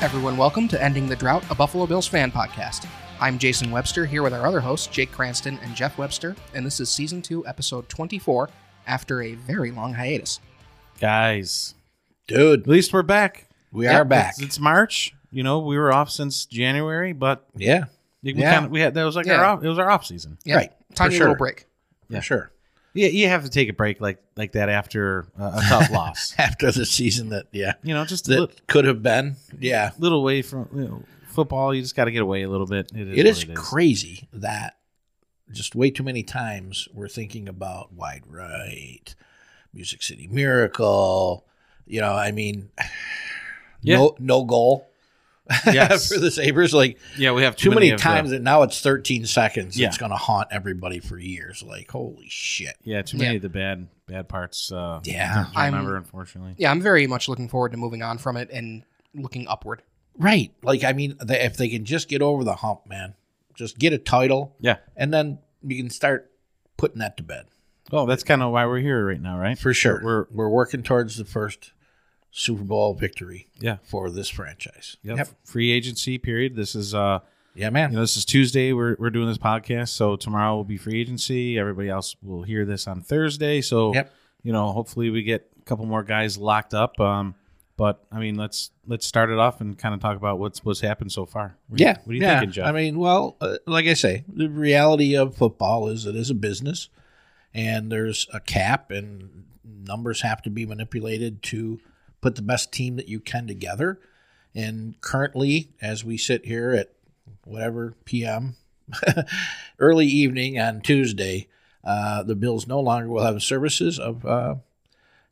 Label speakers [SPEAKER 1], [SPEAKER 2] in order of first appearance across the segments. [SPEAKER 1] everyone. Welcome to Ending the Drought, a Buffalo Bills fan podcast. I'm Jason Webster here with our other hosts, Jake Cranston and Jeff Webster, and this is season two, episode 24, after a very long hiatus.
[SPEAKER 2] Guys, at
[SPEAKER 3] Dude,
[SPEAKER 2] least we're back.
[SPEAKER 3] we
[SPEAKER 1] Yep,
[SPEAKER 3] are back.
[SPEAKER 2] It's, it's March. You know, we were off since January, but
[SPEAKER 3] yeah,
[SPEAKER 2] we
[SPEAKER 3] Yeah.
[SPEAKER 2] kind of we had that was like our
[SPEAKER 1] Yeah.
[SPEAKER 2] off, it was our off season.
[SPEAKER 1] Yeah,
[SPEAKER 3] Right, for
[SPEAKER 1] Tiny
[SPEAKER 3] sure.
[SPEAKER 1] little break.
[SPEAKER 3] yeah, sure.
[SPEAKER 2] Yeah, you have to take a break like like that after uh, a tough loss.
[SPEAKER 3] After the season that, yeah,
[SPEAKER 2] You know, just a
[SPEAKER 3] that
[SPEAKER 2] li-
[SPEAKER 3] could have been. Yeah,
[SPEAKER 2] little away from you know, football. You just got to get away a little bit. It is.
[SPEAKER 3] it is
[SPEAKER 2] what it is.
[SPEAKER 3] crazy that just way too many times we're thinking about Wide Right, Music City Miracle. You know, I mean,
[SPEAKER 2] Yeah.
[SPEAKER 3] no, no goal
[SPEAKER 2] Yes.
[SPEAKER 3] for the Sabers. Like
[SPEAKER 2] yeah, we have
[SPEAKER 3] too, many,
[SPEAKER 2] of the-
[SPEAKER 3] times, and now it's 13 seconds.
[SPEAKER 2] Yeah.
[SPEAKER 3] It's going to haunt everybody for years. Like, holy shit.
[SPEAKER 2] yeah, too many of the bad bad parts. Uh,
[SPEAKER 3] Yeah.
[SPEAKER 2] I
[SPEAKER 1] I'm-
[SPEAKER 2] remember, unfortunately.
[SPEAKER 1] Yeah, I'm very much looking forward to moving on from it and looking upward.
[SPEAKER 3] Right. Like, I mean, they, if they can just get over the hump, man, just get a title,
[SPEAKER 2] Yeah.
[SPEAKER 3] and then you can start putting that to bed
[SPEAKER 2] Well, that's kind of why we're here right now, right?
[SPEAKER 3] for sure.
[SPEAKER 2] We're-
[SPEAKER 3] We're we're working towards the first Super Bowl victory
[SPEAKER 2] Yeah.
[SPEAKER 3] for this franchise.
[SPEAKER 2] Yep. Free agency period. This is uh,
[SPEAKER 3] Yeah, man.
[SPEAKER 2] you know, this is Tuesday. We're we're doing this podcast, so tomorrow will be free agency. Everybody else will hear this on Thursday. So,
[SPEAKER 3] Yep.
[SPEAKER 2] you know, hopefully we get a couple more guys locked up. Um, but I mean, let's let's start it off and kind of talk about what's what's happened so far. What do you-
[SPEAKER 3] yeah.
[SPEAKER 2] What are you
[SPEAKER 3] yeah.
[SPEAKER 2] thinking, Jeff?
[SPEAKER 3] I mean, well, uh, like I say, the reality of football is it is a business, and there's a cap, and numbers have to be manipulated to put the best team that you can together. And currently, as we sit here at whatever PM, early evening on Tuesday, uh, the Bills no longer will have services of uh,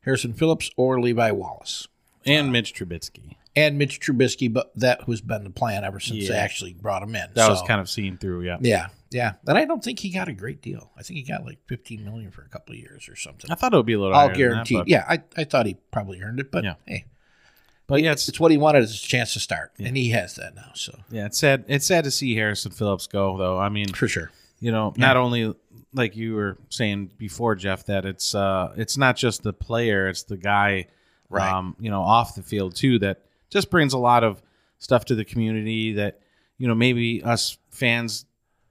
[SPEAKER 3] Harrison Phillips or Levi Wallace
[SPEAKER 2] and Mitch Trubisky.
[SPEAKER 3] and Mitch Trubisky, but that has been the plan ever since they
[SPEAKER 2] Yeah.
[SPEAKER 3] actually brought him in.
[SPEAKER 2] That
[SPEAKER 3] So,
[SPEAKER 2] was kind of seen through. Yeah.
[SPEAKER 3] yeah, yeah. And I don't think he got a great deal. I think he got like fifteen million for a couple of years or something.
[SPEAKER 2] I thought it would be a little.
[SPEAKER 3] All
[SPEAKER 2] higher than that,
[SPEAKER 3] guaranteed.
[SPEAKER 2] but-
[SPEAKER 3] yeah, I, I thought he probably earned it, but
[SPEAKER 2] Yeah.
[SPEAKER 3] hey,
[SPEAKER 2] But yeah, it's
[SPEAKER 3] it's what he wanted is a chance to start, and he has that now. So
[SPEAKER 2] yeah, it's sad. It's sad to see Harrison Phillips go, though. I mean,
[SPEAKER 3] for sure,
[SPEAKER 2] you know not only like you were saying before jeff that it's uh it's not just the player it's the guy
[SPEAKER 3] Right.
[SPEAKER 2] um you know off the field too that just brings a lot of stuff to the community that you know maybe us fans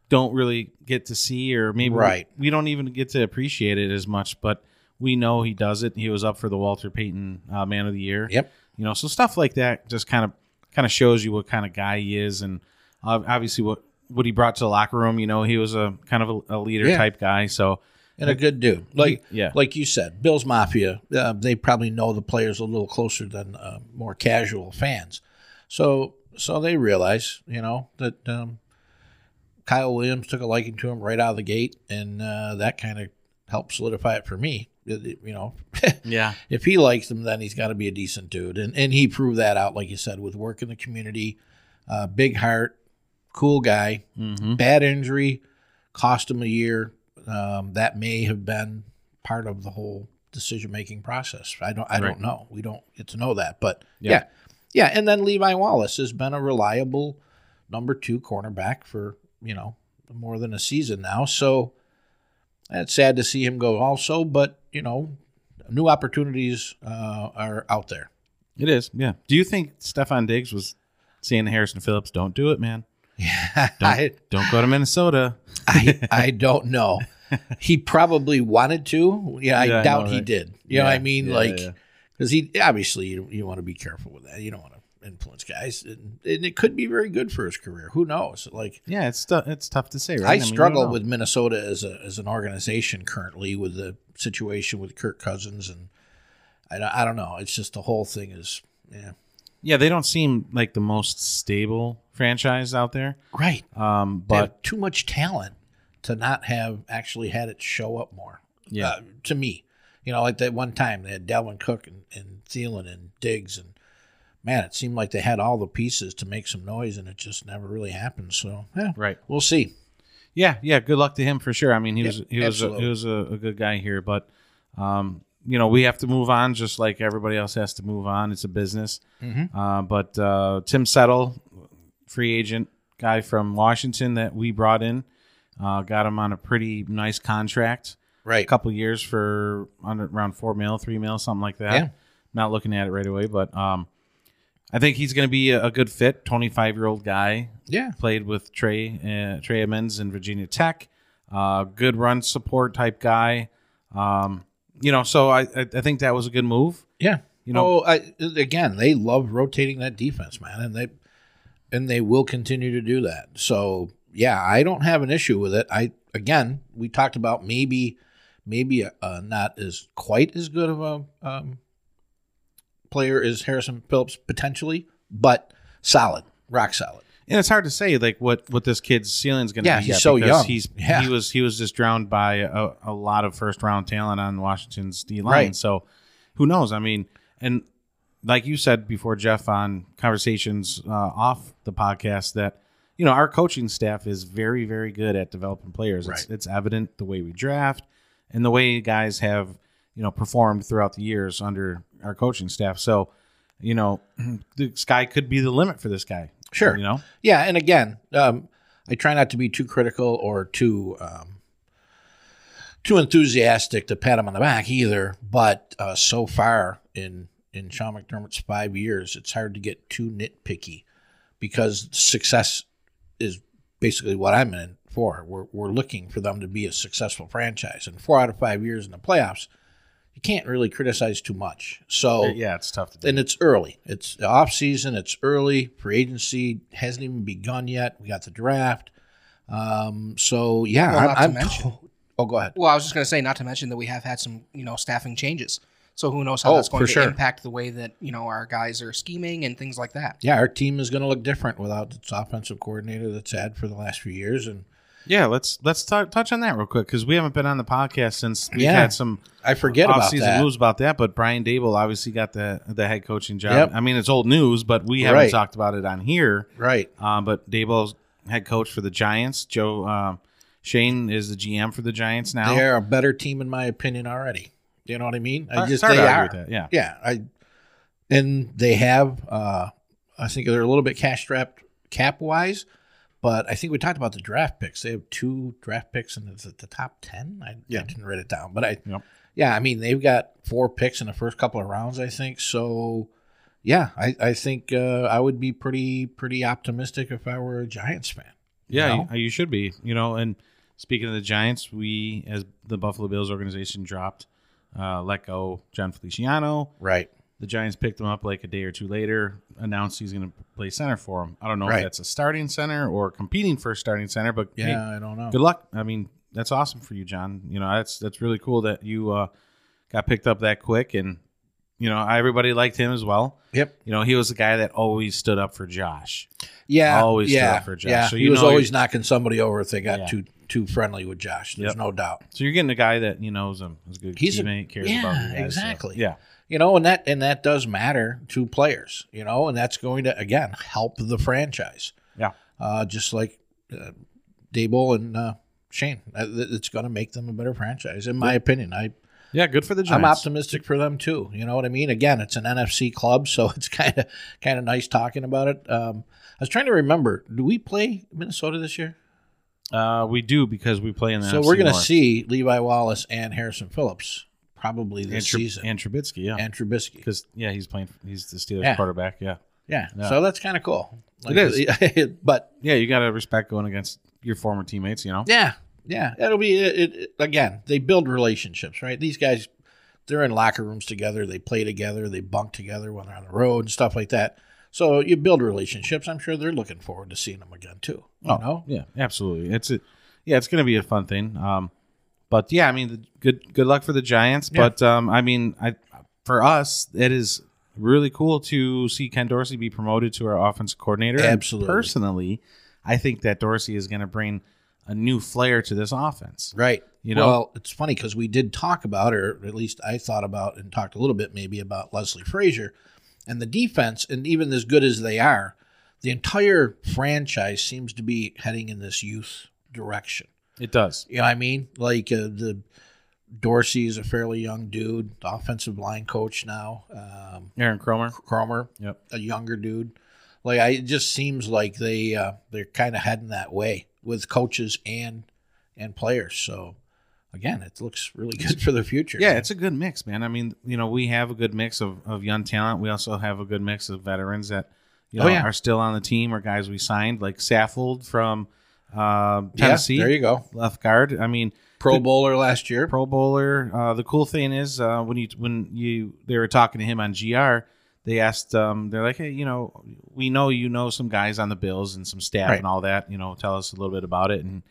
[SPEAKER 2] don't really get to see or maybe
[SPEAKER 3] Right.
[SPEAKER 2] we, we don't even get to appreciate it as much but we know he does it he was up for the walter payton uh, man of the year
[SPEAKER 3] Yep.
[SPEAKER 2] you know so stuff like that just kind of kind of shows you what kind of guy he is and ob- obviously what what he brought to the locker room you know he was a kind of a, a leader
[SPEAKER 3] Yeah.
[SPEAKER 2] type guy so
[SPEAKER 3] and a good dude. Like
[SPEAKER 2] Yeah.
[SPEAKER 3] like you said, Bills Mafia. Uh, they probably know the players a little closer than uh, more casual fans. So so they realize, you know, that um, Kyle Williams took a liking to him right out of the gate, and uh, that kind of helped solidify it for me. It- it- You know,
[SPEAKER 2] yeah
[SPEAKER 3] if he likes him, then he's got to be a decent dude, and and he proved that out, like you said, with work in the community, uh, big heart, cool guy,
[SPEAKER 2] hmm
[SPEAKER 3] bad injury cost him a year. Um, that may have been part of the whole decision making process. I don't I
[SPEAKER 2] Right.
[SPEAKER 3] don't know. We don't get to know that. But
[SPEAKER 2] Yeah.
[SPEAKER 3] yeah. yeah. And then Levi Wallace has been a reliable number two cornerback for, you know, more than a season now. So it's sad to see him go also, but you know, new opportunities uh, are out there.
[SPEAKER 2] it is yeah do you think stefan diggs was saying to harrison phillips don't do it man
[SPEAKER 3] I-
[SPEAKER 2] don't go to minnesota
[SPEAKER 3] I, I don't know. He probably wanted to. Yeah, I
[SPEAKER 2] Yeah, I
[SPEAKER 3] doubt
[SPEAKER 2] know,
[SPEAKER 3] he
[SPEAKER 2] right?
[SPEAKER 3] did. You know what I mean?
[SPEAKER 2] yeah,
[SPEAKER 3] like,
[SPEAKER 2] yeah.
[SPEAKER 3] because he obviously you, you want to be careful with that. You don't want to influence guys, and, and it could be very good for his career. Who knows? Like,
[SPEAKER 2] yeah it's tou- it's tough to say right
[SPEAKER 3] I,
[SPEAKER 2] mean, you
[SPEAKER 3] struggle
[SPEAKER 2] don't know.
[SPEAKER 3] with Minnesota as a as an organization currently with the situation with Kirk Cousins, and I, don't- I don't know. It's just the whole thing is yeah,
[SPEAKER 2] yeah they don't seem like the most stable franchise out there
[SPEAKER 3] right.
[SPEAKER 2] um
[SPEAKER 3] They
[SPEAKER 2] but
[SPEAKER 3] have too much talent to not have actually had it show up more.
[SPEAKER 2] Yeah.
[SPEAKER 3] Uh, to me, you know, like that one time they had Dalvin Cook and, and Thielen and Diggs, and man, it seemed like they had all the pieces to make some noise, and it just never really happened. So, yeah,
[SPEAKER 2] right
[SPEAKER 3] we'll see.
[SPEAKER 2] Yeah, yeah. Good luck to him for sure. I mean, he was he was a,
[SPEAKER 3] absolutely.
[SPEAKER 2] he was a, a good guy here, but um, you know we have to move on just like everybody else has to move on. It's a business.
[SPEAKER 3] Mm-hmm.
[SPEAKER 2] Uh, but uh, Tim Settle, free agent guy from Washington that we brought in, uh, got him on a pretty nice contract, a
[SPEAKER 3] Right.
[SPEAKER 2] couple years for under, around four mil, three mil, something like that.
[SPEAKER 3] Yeah.
[SPEAKER 2] Not looking at it right away, but um, I think he's going to be a a good fit. Twenty five year old guy
[SPEAKER 3] Yeah.
[SPEAKER 2] played with Trey uh, Trey Edmonds in Virginia Tech. Uh, good run support type guy. Um, you know, so I, I I think that was a good move.
[SPEAKER 3] Yeah.
[SPEAKER 2] You
[SPEAKER 3] You
[SPEAKER 2] know-
[SPEAKER 3] know, I, again, they love rotating that defense, man, and they and they will continue to do that. So, yeah, I don't have an issue with it. I again, we talked about maybe maybe uh, not as quite as good of a um, player as Harrison Phillips potentially, but solid, rock solid.
[SPEAKER 2] And it's hard to say like what what this kid's ceiling's going to
[SPEAKER 3] Yeah,
[SPEAKER 2] be.
[SPEAKER 3] he's so
[SPEAKER 2] because
[SPEAKER 3] young.
[SPEAKER 2] He's
[SPEAKER 3] Yeah.
[SPEAKER 2] he was he was just drowned by a, a lot of first round talent on Washington's D line.
[SPEAKER 3] Right.
[SPEAKER 2] So who knows? I mean, and like you said before, Jeff, on conversations uh, off the podcast that you know our coaching staff is very very good at developing players. It's,
[SPEAKER 3] Right.
[SPEAKER 2] it's evident the way we draft and the way guys have you know performed throughout the years under our coaching staff. So you know the sky could be the limit for this guy.
[SPEAKER 3] Sure.
[SPEAKER 2] You know.
[SPEAKER 3] Yeah, and again, um, I try not to be too critical or too um, too enthusiastic to pat him on the back either. But uh, so far in in Sean McDermott's five years, it's hard to get too nitpicky because success is basically what I'm in for. We're we're looking for them to be a successful franchise, and four out of five years in the playoffs, you can't really criticize too much. So
[SPEAKER 2] Yeah, it's tough to do.
[SPEAKER 3] and it's early. It's the off season. It's early. Free agency hasn't even begun yet. We got the draft. Um, so yeah,
[SPEAKER 1] Well,
[SPEAKER 3] I'm,
[SPEAKER 1] not to
[SPEAKER 3] I'm
[SPEAKER 1] mention-
[SPEAKER 3] to- oh, go ahead.
[SPEAKER 1] Well, I was just going to say, not to mention that we have had some, you know, staffing changes. So who knows how
[SPEAKER 3] Oh,
[SPEAKER 1] that's going
[SPEAKER 3] for
[SPEAKER 1] to
[SPEAKER 3] sure.
[SPEAKER 1] impact the way that you know our guys are scheming and things like that.
[SPEAKER 3] Yeah, our team is going to look different without its offensive coordinator that's had for the last few years, and
[SPEAKER 2] Yeah, let's let's tou- touch on that real quick because we haven't been on the podcast since we
[SPEAKER 3] Yeah.
[SPEAKER 2] had some
[SPEAKER 3] I forget about
[SPEAKER 2] off-season
[SPEAKER 3] that.
[SPEAKER 2] moves about that. But Brian Dable obviously got the the head coaching job.
[SPEAKER 3] Yep.
[SPEAKER 2] I mean, it's old news, but we haven't
[SPEAKER 3] Right.
[SPEAKER 2] talked about it on here.
[SPEAKER 3] Right.
[SPEAKER 2] Um, but Dable's head coach for the Giants. Joe um Shane is the GM for the Giants now.
[SPEAKER 3] They're a better team, in my opinion, already. You know what I mean? I
[SPEAKER 2] Uh,
[SPEAKER 3] just
[SPEAKER 2] sorry
[SPEAKER 3] they
[SPEAKER 2] to
[SPEAKER 3] are.
[SPEAKER 2] argue with that, Yeah.
[SPEAKER 3] Yeah, I and they have. Uh, I think they're a little bit cash strapped cap wise, but I think we talked about the draft picks. They have two draft picks, and it's at the top ten. I,
[SPEAKER 2] Yeah.
[SPEAKER 3] I didn't write it down, but I.
[SPEAKER 2] Yep.
[SPEAKER 3] Yeah, I mean they've got four picks in the first couple of rounds. I think so. Yeah, I, I think uh, I would be pretty pretty optimistic if I were a Giants fan.
[SPEAKER 2] Yeah,
[SPEAKER 3] No.
[SPEAKER 2] you, you should be. You know, and speaking of the Giants, we as the Buffalo Bills organization dropped uh, let go John Feliciano.
[SPEAKER 3] Right.
[SPEAKER 2] The Giants picked him up like a day or two later, announced he's going to play center for him. I don't know if
[SPEAKER 3] Right.
[SPEAKER 2] that's a starting center or competing for a starting center, but hey,
[SPEAKER 3] Yeah, I don't know.
[SPEAKER 2] good luck. I mean, that's awesome for you, John. You know, that's that's really cool that you uh, got picked up that quick, and you know everybody liked him as well.
[SPEAKER 3] Yep.
[SPEAKER 2] You know, he was the guy that always stood up for Josh.
[SPEAKER 3] Yeah,
[SPEAKER 2] Always stood
[SPEAKER 3] yeah,
[SPEAKER 2] up for Josh.
[SPEAKER 3] Yeah,
[SPEAKER 2] So
[SPEAKER 3] he
[SPEAKER 2] you
[SPEAKER 3] was
[SPEAKER 2] know
[SPEAKER 3] always
[SPEAKER 2] you-
[SPEAKER 3] knocking somebody over if they got
[SPEAKER 2] Yeah.
[SPEAKER 3] too too friendly with Josh. There's
[SPEAKER 2] Yep.
[SPEAKER 3] no doubt.
[SPEAKER 2] So you're getting a guy that you knows him. He's a good
[SPEAKER 3] He's a-
[SPEAKER 2] teammate, cares
[SPEAKER 3] yeah,
[SPEAKER 2] about you guys. so,
[SPEAKER 3] exactly.
[SPEAKER 2] yeah.
[SPEAKER 3] You know, and that and that does matter to players. You know, and that's going to again help the franchise.
[SPEAKER 2] Yeah.
[SPEAKER 3] uh, just like uh, Dable and uh, Shane, Uh, th- it's going to make them a better franchise, in my opinion. I
[SPEAKER 2] Yeah, good for the Giants.
[SPEAKER 3] I'm optimistic for them too. You know what I mean? Again, it's an NFC club, so it's kind of kind of nice talking about it. Um, I was trying to remember, do we play Minnesota this year?
[SPEAKER 2] Uh, we do because we play in the
[SPEAKER 3] So
[SPEAKER 2] NFC
[SPEAKER 3] we're going to
[SPEAKER 2] North.
[SPEAKER 3] see Levi Wallace and Harrison Phillips probably
[SPEAKER 2] and,
[SPEAKER 3] this
[SPEAKER 2] Tr-
[SPEAKER 3] season, and,
[SPEAKER 2] and Trubisky. Yeah,
[SPEAKER 3] Trubisky.
[SPEAKER 2] because yeah, he's playing. He's the Steelers
[SPEAKER 3] Yeah.
[SPEAKER 2] quarterback. Yeah,
[SPEAKER 3] Yeah,
[SPEAKER 2] Yeah.
[SPEAKER 3] so that's kind of cool.
[SPEAKER 2] It
[SPEAKER 3] is, but
[SPEAKER 2] yeah, you got to respect going against your former teammates. You know,
[SPEAKER 3] yeah, yeah, it'll be it, it, it- again. They build relationships, right? These guys, they're in locker rooms together. They play together. They bunk together when they're on the road and stuff like that. So you build relationships. I'm sure they're looking forward to seeing them again too. You know,
[SPEAKER 2] yeah, absolutely. It's a, yeah, it's going to be a fun thing. Um, but yeah, I mean, the, good good luck for the Giants.
[SPEAKER 3] Yeah.
[SPEAKER 2] But um, I mean, I for us, it is really cool to see Ken Dorsey be promoted to our offensive coordinator. And
[SPEAKER 3] Absolutely.
[SPEAKER 2] personally, I think that Dorsey is going to bring a new flair to this offense.
[SPEAKER 3] Right.
[SPEAKER 2] You know?
[SPEAKER 3] well, it's funny because we did talk about, or at least I thought about and talked a little bit maybe about Leslie Frazier and the defense, and even as good as they are, the entire franchise seems to be heading in this youth direction.
[SPEAKER 2] It does.
[SPEAKER 3] You know what I mean? Like uh, the Dorsey is a fairly young dude, the offensive line coach now. Um,
[SPEAKER 2] Aaron Cromer.
[SPEAKER 3] Cromer,
[SPEAKER 2] Yep.
[SPEAKER 3] a younger dude. Like I, it just seems like they uh, they're kind of heading that way with coaches and and players. So again, it looks really good for the future.
[SPEAKER 2] Yeah, it's a good mix, man. I mean, you know, we have a good mix of, of young talent. We also have a good mix of veterans that you
[SPEAKER 3] Oh,
[SPEAKER 2] know,
[SPEAKER 3] yeah.
[SPEAKER 2] are still on the team or guys we signed, like Saffold from uh,
[SPEAKER 3] Yeah,
[SPEAKER 2] Tennessee,
[SPEAKER 3] there you go.
[SPEAKER 2] left guard. I mean,
[SPEAKER 3] Pro Bowler last year.
[SPEAKER 2] Pro Bowler. Uh, the cool thing is uh, when you when you they were talking to him on GR, they asked um, they're like, hey, you know, we know you know some guys on the Bills and some staff
[SPEAKER 3] Right.
[SPEAKER 2] and all that. You know, tell us a little bit about it. And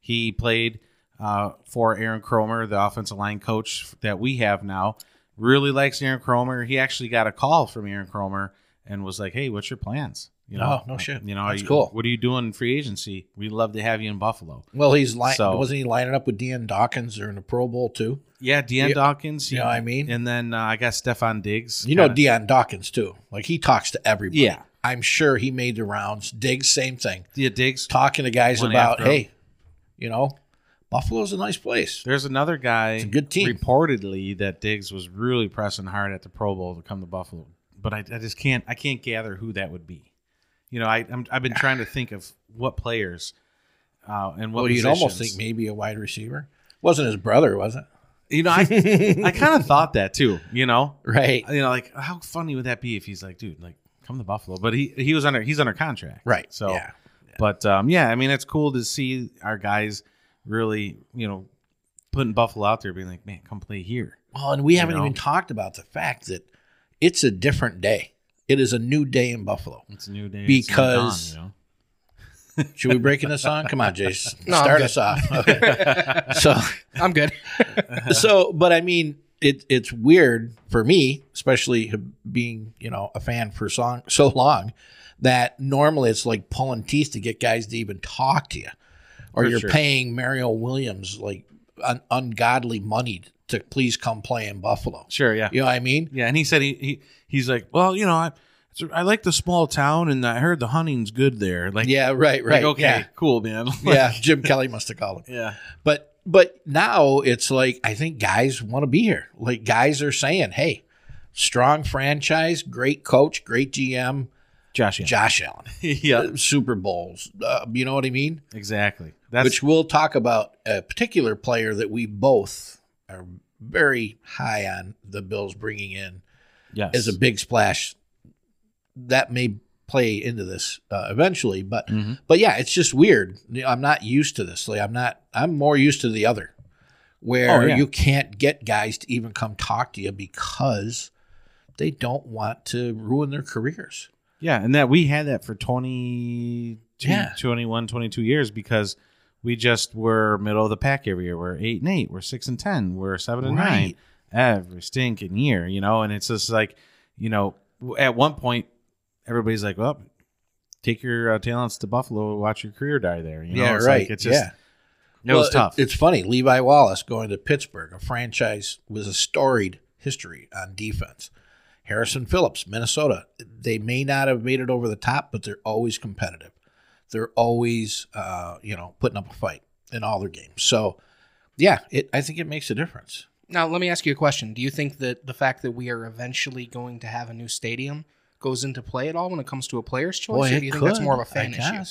[SPEAKER 2] he played uh, for Aaron Cromer, the offensive line coach that we have now. Really likes Aaron Cromer. He actually got a call from Aaron Cromer and was like, hey, what's your plans? You know,
[SPEAKER 3] Oh, no shit.
[SPEAKER 2] You know, are
[SPEAKER 3] That's
[SPEAKER 2] you-
[SPEAKER 3] cool.
[SPEAKER 2] What are you doing in free agency? We'd love to have you in Buffalo.
[SPEAKER 3] Well, he's li-
[SPEAKER 2] So-
[SPEAKER 3] wasn't he lining up with Deion Dawkins during the Pro Bowl too?
[SPEAKER 2] Yeah, Deion
[SPEAKER 3] Yeah.
[SPEAKER 2] Dawkins.
[SPEAKER 3] You know what I mean?
[SPEAKER 2] And then uh, I got Stefan Diggs.
[SPEAKER 3] You know
[SPEAKER 2] Kinda-
[SPEAKER 3] Deion Dawkins too. Like he talks to everybody.
[SPEAKER 2] Yeah.
[SPEAKER 3] I'm sure he made the rounds. Diggs, same thing.
[SPEAKER 2] yeah, Diggs.
[SPEAKER 3] Talking to guys
[SPEAKER 2] Went
[SPEAKER 3] about,
[SPEAKER 2] after him.
[SPEAKER 3] hey, you know, Buffalo's a nice place.
[SPEAKER 2] There's another guy.
[SPEAKER 3] a good team.
[SPEAKER 2] Reportedly, that Diggs was really pressing hard at the Pro Bowl to come to Buffalo, but I, I just can't. I can't gather who that would be. You know, I, I'm, I've been trying to think of what players uh, and what.
[SPEAKER 3] Well, you'd almost
[SPEAKER 2] positions.
[SPEAKER 3] think maybe a wide receiver. Wasn't his brother, was it?
[SPEAKER 2] You know, I, I kind of thought that too. You know,
[SPEAKER 3] Right.
[SPEAKER 2] you know, like how funny would that be if he's like, dude, like come to Buffalo, but he he was under he's under contract,
[SPEAKER 3] Right.
[SPEAKER 2] So.
[SPEAKER 3] yeah.
[SPEAKER 2] But um, yeah, I mean, it's cool to see our guys really, you know, putting Buffalo out there, being like, man, come play here.
[SPEAKER 3] Well, and we haven't
[SPEAKER 2] know?
[SPEAKER 3] even talked about the fact that it's a different day. It is a new day in Buffalo.
[SPEAKER 2] It's a new day.
[SPEAKER 3] it's a new dawn, Because- you Should we break into this song? Come on, Jason.
[SPEAKER 1] No, I'm
[SPEAKER 3] Start
[SPEAKER 1] good.
[SPEAKER 3] us off. Okay. so,
[SPEAKER 1] I'm good.
[SPEAKER 3] so, but I mean, it, it's weird for me, especially being, you know, a fan for song, so long that normally it's like pulling teeth to get guys to even talk to you. Or
[SPEAKER 2] For
[SPEAKER 3] you're
[SPEAKER 2] sure.
[SPEAKER 3] paying Mario Williams like un- ungodly money to please come play in Buffalo.
[SPEAKER 2] sure, yeah,
[SPEAKER 3] You know what I mean?
[SPEAKER 2] yeah. And he said he, he he's like, well, you know, I it's- I like the small town, and I heard the hunting's good there. Like,
[SPEAKER 3] Yeah, right,
[SPEAKER 2] like,
[SPEAKER 3] right.
[SPEAKER 2] okay,
[SPEAKER 3] yeah.
[SPEAKER 2] cool, man. Like,
[SPEAKER 3] yeah, Jim Kelly must have called him.
[SPEAKER 2] yeah.
[SPEAKER 3] But but now it's like I think guys want to be here. Like guys are saying, "Hey, strong franchise, great coach, great GM,
[SPEAKER 2] Josh, yeah.
[SPEAKER 3] Josh Allen,
[SPEAKER 2] yeah,
[SPEAKER 3] Super Bowls." Uh, you know what I mean?
[SPEAKER 2] exactly. That's
[SPEAKER 3] Which we'll talk about a particular player that we both are very high on the Bills bringing in
[SPEAKER 2] yes.
[SPEAKER 3] as a big splash. That may play into this uh, eventually, but
[SPEAKER 2] Mhm.
[SPEAKER 3] but yeah, it's just weird. You know, I'm not used to this. Like I'm not. I'm more used to the other, where
[SPEAKER 2] Oh, yeah.
[SPEAKER 3] you can't get guys to even come talk to you because they don't want to ruin their careers.
[SPEAKER 2] Yeah, and that we had that for 20,
[SPEAKER 3] Yeah.
[SPEAKER 2] 21, 22 years because we just were middle of the pack every year. We're 8 and 8, we're 6 and 10, we're 7 and 9 every stinking year, you know, and it's just like, you know, w- at one point everybody's like, "Well, take your uh, talents to Buffalo, watch your career die there." You know,
[SPEAKER 3] yeah,
[SPEAKER 2] it's
[SPEAKER 3] right.
[SPEAKER 2] Like, it's just,
[SPEAKER 3] yeah,
[SPEAKER 2] it was tough.
[SPEAKER 3] it's funny. Levi Wallace going to Pittsburgh, a franchise with a storied history on defense. Harrison Phillips, Minnesota. They may not have made it over the top, but they're always competitive. They're always, uh, you know, putting up a fight in all their games. So, yeah, it, I think it makes a difference.
[SPEAKER 1] Now, let me ask you a question. Do you think that the fact that we are eventually going to have a new stadium goes into play at all when it comes to a player's choice? or do you think that's more of a fan issue?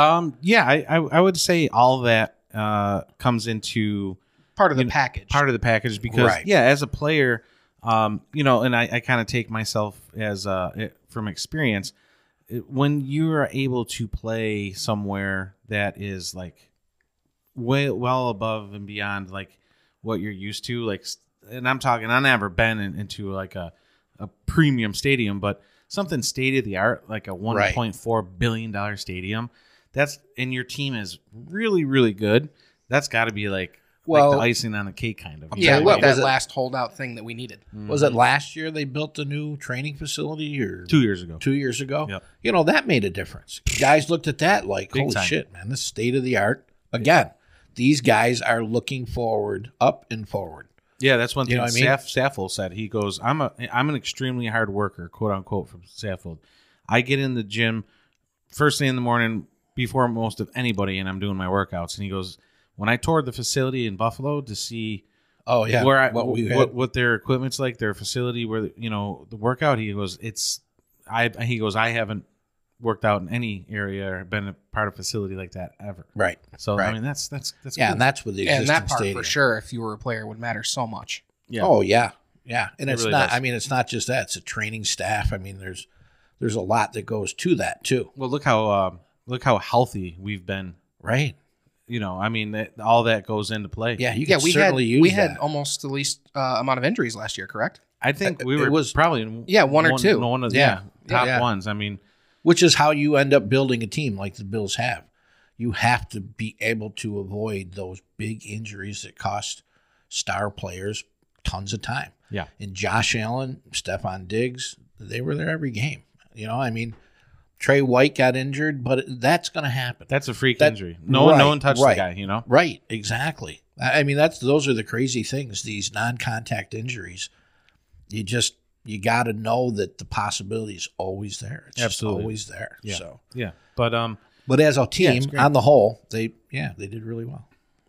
[SPEAKER 2] um, yeah, I, I I would say all that uh comes into
[SPEAKER 1] Part of the
[SPEAKER 2] You know,
[SPEAKER 1] package.
[SPEAKER 2] part of the package because
[SPEAKER 3] Right.
[SPEAKER 2] yeah as a player um you know and i, I kind of take myself as uh it, from experience it, when you're able to play somewhere that is like way well above and beyond like what you're used to like s- and i'm talking i've never been in, into like a, a premium stadium but something state of the art like a
[SPEAKER 3] Right.
[SPEAKER 2] 1.4 billion dollar stadium that's and your team is really really good that's got to be like well,
[SPEAKER 3] Well-
[SPEAKER 2] the icing on the cake kind of.
[SPEAKER 1] yeah,
[SPEAKER 3] Tell you
[SPEAKER 1] what,
[SPEAKER 3] what,
[SPEAKER 1] that
[SPEAKER 3] was it-
[SPEAKER 1] last holdout thing that we needed.
[SPEAKER 3] Was
[SPEAKER 2] Mm-hmm.
[SPEAKER 3] it last year they built a new training facility or
[SPEAKER 2] two years ago?
[SPEAKER 3] two years ago.
[SPEAKER 2] Yep.
[SPEAKER 3] You know, that made a difference. Guys looked at that like,
[SPEAKER 2] Big
[SPEAKER 3] holy
[SPEAKER 2] time.
[SPEAKER 3] shit, man, this is state of the art. Again, these guys are looking forward, up and forward.
[SPEAKER 2] Yeah, that's one
[SPEAKER 3] You
[SPEAKER 2] thing.
[SPEAKER 3] know what I mean?
[SPEAKER 2] Saff, Saffold said he goes, "I'm a I'm an extremely hard worker," quote unquote from Saffold. I get in the gym first thing in the morning before most of anybody, and I'm doing my workouts. And he goes, "When I toured the facility in Buffalo to see
[SPEAKER 3] Oh yeah,
[SPEAKER 2] where I,
[SPEAKER 3] what
[SPEAKER 2] what,
[SPEAKER 3] we had.
[SPEAKER 2] what, their equipment's like, their facility, where you know the workout. He goes, it's I. He goes, I haven't worked out in any area or been a part of a facility like that ever.
[SPEAKER 3] Right.
[SPEAKER 2] So I
[SPEAKER 3] Right.
[SPEAKER 2] mean that's that's that's
[SPEAKER 3] Yeah,
[SPEAKER 2] cool.
[SPEAKER 3] and that's with the
[SPEAKER 1] Yeah,
[SPEAKER 3] existing
[SPEAKER 1] and that part
[SPEAKER 3] stadium.
[SPEAKER 1] for sure, if you were a player, would matter so much.
[SPEAKER 2] Yeah.
[SPEAKER 3] Oh yeah, yeah. And
[SPEAKER 2] It
[SPEAKER 3] it's
[SPEAKER 2] really
[SPEAKER 3] not.
[SPEAKER 2] does.
[SPEAKER 3] I mean, it's not just that. It's a training staff. I mean, there's there's a lot that goes to that too.
[SPEAKER 2] well look how um, look how healthy we've been.
[SPEAKER 3] Right.
[SPEAKER 2] You know, I mean that, all that goes into play.
[SPEAKER 3] Yeah. You
[SPEAKER 1] yeah,
[SPEAKER 3] can
[SPEAKER 1] we had
[SPEAKER 3] certainly use
[SPEAKER 1] we had
[SPEAKER 3] that.
[SPEAKER 1] almost the least uh, amount of injuries last year, correct?
[SPEAKER 2] I think we
[SPEAKER 3] It
[SPEAKER 2] were
[SPEAKER 3] was-
[SPEAKER 2] probably in
[SPEAKER 1] Yeah, one or two.
[SPEAKER 2] One of,
[SPEAKER 3] Yeah.
[SPEAKER 2] yeah. top
[SPEAKER 3] Yeah.
[SPEAKER 2] ones. I mean,
[SPEAKER 3] which is how you end up building a team like the Bills have. You have to be able to avoid those big injuries that cost star players tons of time.
[SPEAKER 2] Yeah.
[SPEAKER 3] And Josh Allen, Stefan Diggs, they were there every game. You know, I mean, Trey White got injured, but that's going to happen.
[SPEAKER 2] that's a freak
[SPEAKER 3] That-
[SPEAKER 2] injury. No one,
[SPEAKER 3] right,
[SPEAKER 2] no one touched
[SPEAKER 3] right.
[SPEAKER 2] the guy. You know,
[SPEAKER 3] Right, exactly. I I mean, that's those are the crazy things. These non-contact injuries, you just you got to know that the possibility is always there. It's just
[SPEAKER 2] Absolutely.
[SPEAKER 3] always there.
[SPEAKER 2] Yeah.
[SPEAKER 3] So,
[SPEAKER 2] yeah. But um,
[SPEAKER 3] but as a
[SPEAKER 2] Yeah, it's
[SPEAKER 3] team,
[SPEAKER 2] great.
[SPEAKER 3] on the whole, they yeah they did really well.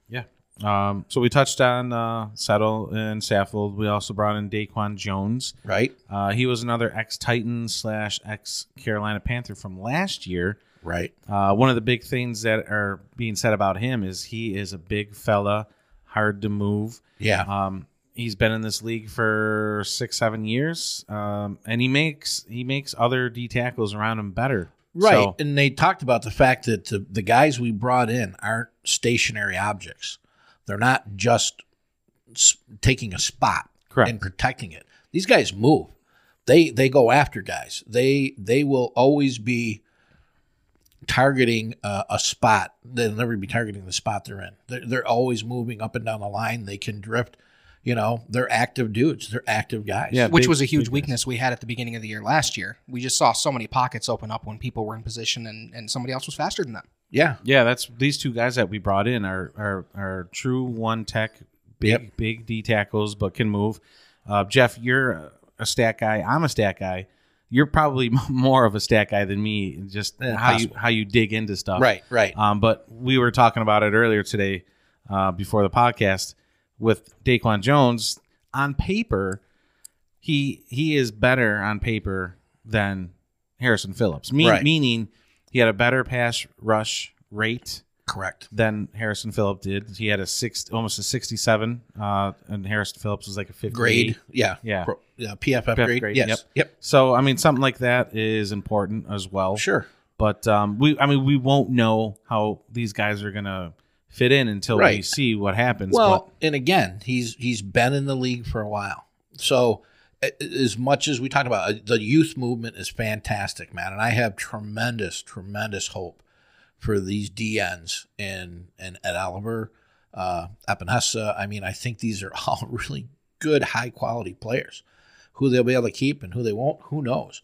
[SPEAKER 2] Yeah. Um, so we touched on uh, Settle and Saffold. We also brought in Daquan Jones.
[SPEAKER 3] Right,
[SPEAKER 2] Uh, he was another ex Titan slash ex Carolina Panther from last year.
[SPEAKER 3] right,
[SPEAKER 2] Uh, one of the big things that are being said about him is he is a big fella, hard to move.
[SPEAKER 3] yeah,
[SPEAKER 2] Um, he's been in this league for six, seven years, um, and he makes he makes other D tackles around him better.
[SPEAKER 3] right.
[SPEAKER 2] So-
[SPEAKER 3] and they talked about the fact that the, the guys we brought in aren't stationary objects. They're not just s- taking a spot.
[SPEAKER 2] correct.
[SPEAKER 3] and protecting it. These guys move. They they go after guys. They they will always be targeting uh, a spot. They'll never be targeting the spot they're in. They're, they're always moving up and down the line. They can drift. You know, they're active dudes. They're active guys.
[SPEAKER 2] Yeah.
[SPEAKER 1] Which
[SPEAKER 2] big-
[SPEAKER 1] was a huge
[SPEAKER 2] big
[SPEAKER 1] weakness we had at the beginning of the year last year. We just saw so many pockets open up when people were in position and, and somebody else was faster than them.
[SPEAKER 3] Yeah.
[SPEAKER 2] Yeah, that's these two guys that we brought in are are, are true one tech, big
[SPEAKER 3] Yep.
[SPEAKER 2] big D tackles, but can move. Uh, Jeff, you're a stat guy. I'm a stat guy. You're probably more of a stat guy than me. Just
[SPEAKER 3] Yeah,
[SPEAKER 2] how
[SPEAKER 3] possible.
[SPEAKER 2] you how you dig into stuff,
[SPEAKER 3] Right. Right.
[SPEAKER 2] Um, but we were talking about it earlier today, uh, before the podcast with Daquan Jones. On paper, he he is better on paper than Harrison Phillips. Me-
[SPEAKER 3] Right.
[SPEAKER 2] Meaning, he had a better pass rush rate
[SPEAKER 3] Correct.
[SPEAKER 2] than Harrison Phillips did. He had a six, almost a sixty-seven, uh, and Harrison Phillips was like a fifty
[SPEAKER 3] Grade. Yeah.
[SPEAKER 2] Yeah.
[SPEAKER 3] Pro- yeah. PFF
[SPEAKER 2] PFF
[SPEAKER 3] grade.
[SPEAKER 2] grade,
[SPEAKER 3] Yes.
[SPEAKER 2] yep.
[SPEAKER 3] Yep.
[SPEAKER 2] So I mean, something like that is important as well.
[SPEAKER 3] Sure.
[SPEAKER 2] But um, we, I mean, we won't know how these guys are gonna fit in until we
[SPEAKER 3] Right.
[SPEAKER 2] see what happens.
[SPEAKER 3] Well, and again, he's he's been in the league for a while. So a- as much as we talk about uh, the youth movement is fantastic, man, and I have tremendous tremendous hope for these DNs and and Ed Oliver, uh, Epinesa. I mean, I think these are all really good, high quality players. Who they'll be able to keep and who they won't, who knows?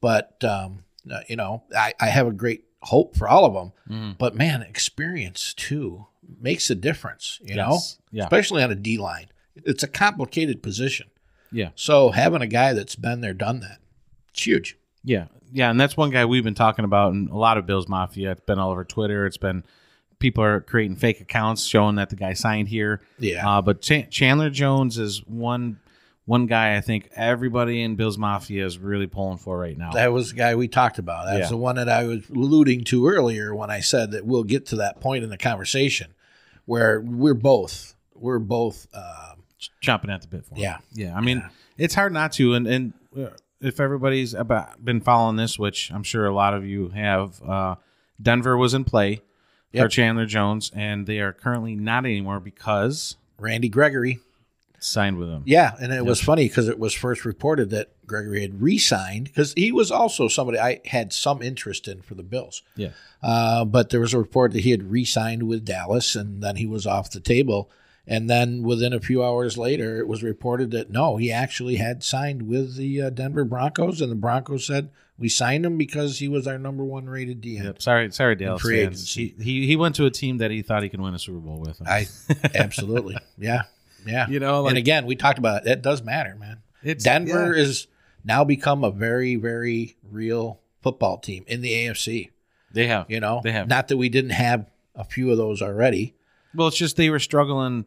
[SPEAKER 3] But um, uh, you know, I, I have a great hope for all of them.
[SPEAKER 2] but, Mm.
[SPEAKER 3] But man, experience too makes a difference. You know,
[SPEAKER 2] Yes. yeah,
[SPEAKER 3] especially on a D line. It's a complicated position.
[SPEAKER 2] Yeah.
[SPEAKER 3] So having a guy that's been there, done that, it's huge.
[SPEAKER 2] yeah, yeah, and that's one guy we've been talking about in a lot of Bills Mafia. It's been all over Twitter. It's been people are creating fake accounts showing that the guy signed here.
[SPEAKER 3] Yeah.
[SPEAKER 2] Uh, but Ch- Chandler Jones is one one guy I think everybody in Bills Mafia is really pulling for right now.
[SPEAKER 3] that was the guy we talked about. That's
[SPEAKER 2] Yeah.
[SPEAKER 3] the one that I was alluding to earlier when I said that we'll get to that point in the conversation where we're both we're both um,
[SPEAKER 2] chomping at the bit for. him.
[SPEAKER 3] Yeah.
[SPEAKER 2] yeah. I mean,
[SPEAKER 3] Yeah.
[SPEAKER 2] it's hard not to. And and uh, if everybody's about been following this, which I'm sure a lot of you have, uh, Denver was in play for
[SPEAKER 3] Yep.
[SPEAKER 2] Chandler Jones, and they are currently not anymore because
[SPEAKER 3] Randy Gregory.
[SPEAKER 2] signed with him.
[SPEAKER 3] Yeah, and it was funny because it was first reported that Gregory had re-signed because he was also somebody I had some interest in for the Bills.
[SPEAKER 2] Yeah.
[SPEAKER 3] Uh, but there was a report that he had re signed with Dallas and then he was off the table. And then within a few hours later, it was reported that no, he actually had signed with the uh, Denver Broncos. And the Broncos said, We signed him because he was our number one rated DN.
[SPEAKER 2] Yep. Sorry, sorry, Dallas
[SPEAKER 3] free
[SPEAKER 2] fans. He,
[SPEAKER 3] agency.
[SPEAKER 2] he he went to a team that he thought he could win a Super Bowl with.
[SPEAKER 3] I absolutely. Yeah. Yeah.
[SPEAKER 2] you know,
[SPEAKER 3] and
[SPEAKER 2] like
[SPEAKER 3] again, we talked about it. That does matter, man.
[SPEAKER 2] it's
[SPEAKER 3] Denver
[SPEAKER 2] yeah.
[SPEAKER 3] is now become a very, very real football team in the AFC.
[SPEAKER 2] They have
[SPEAKER 3] You know,
[SPEAKER 2] They have.
[SPEAKER 3] not that we didn't have a few of those already.
[SPEAKER 2] Well, it's just they were struggling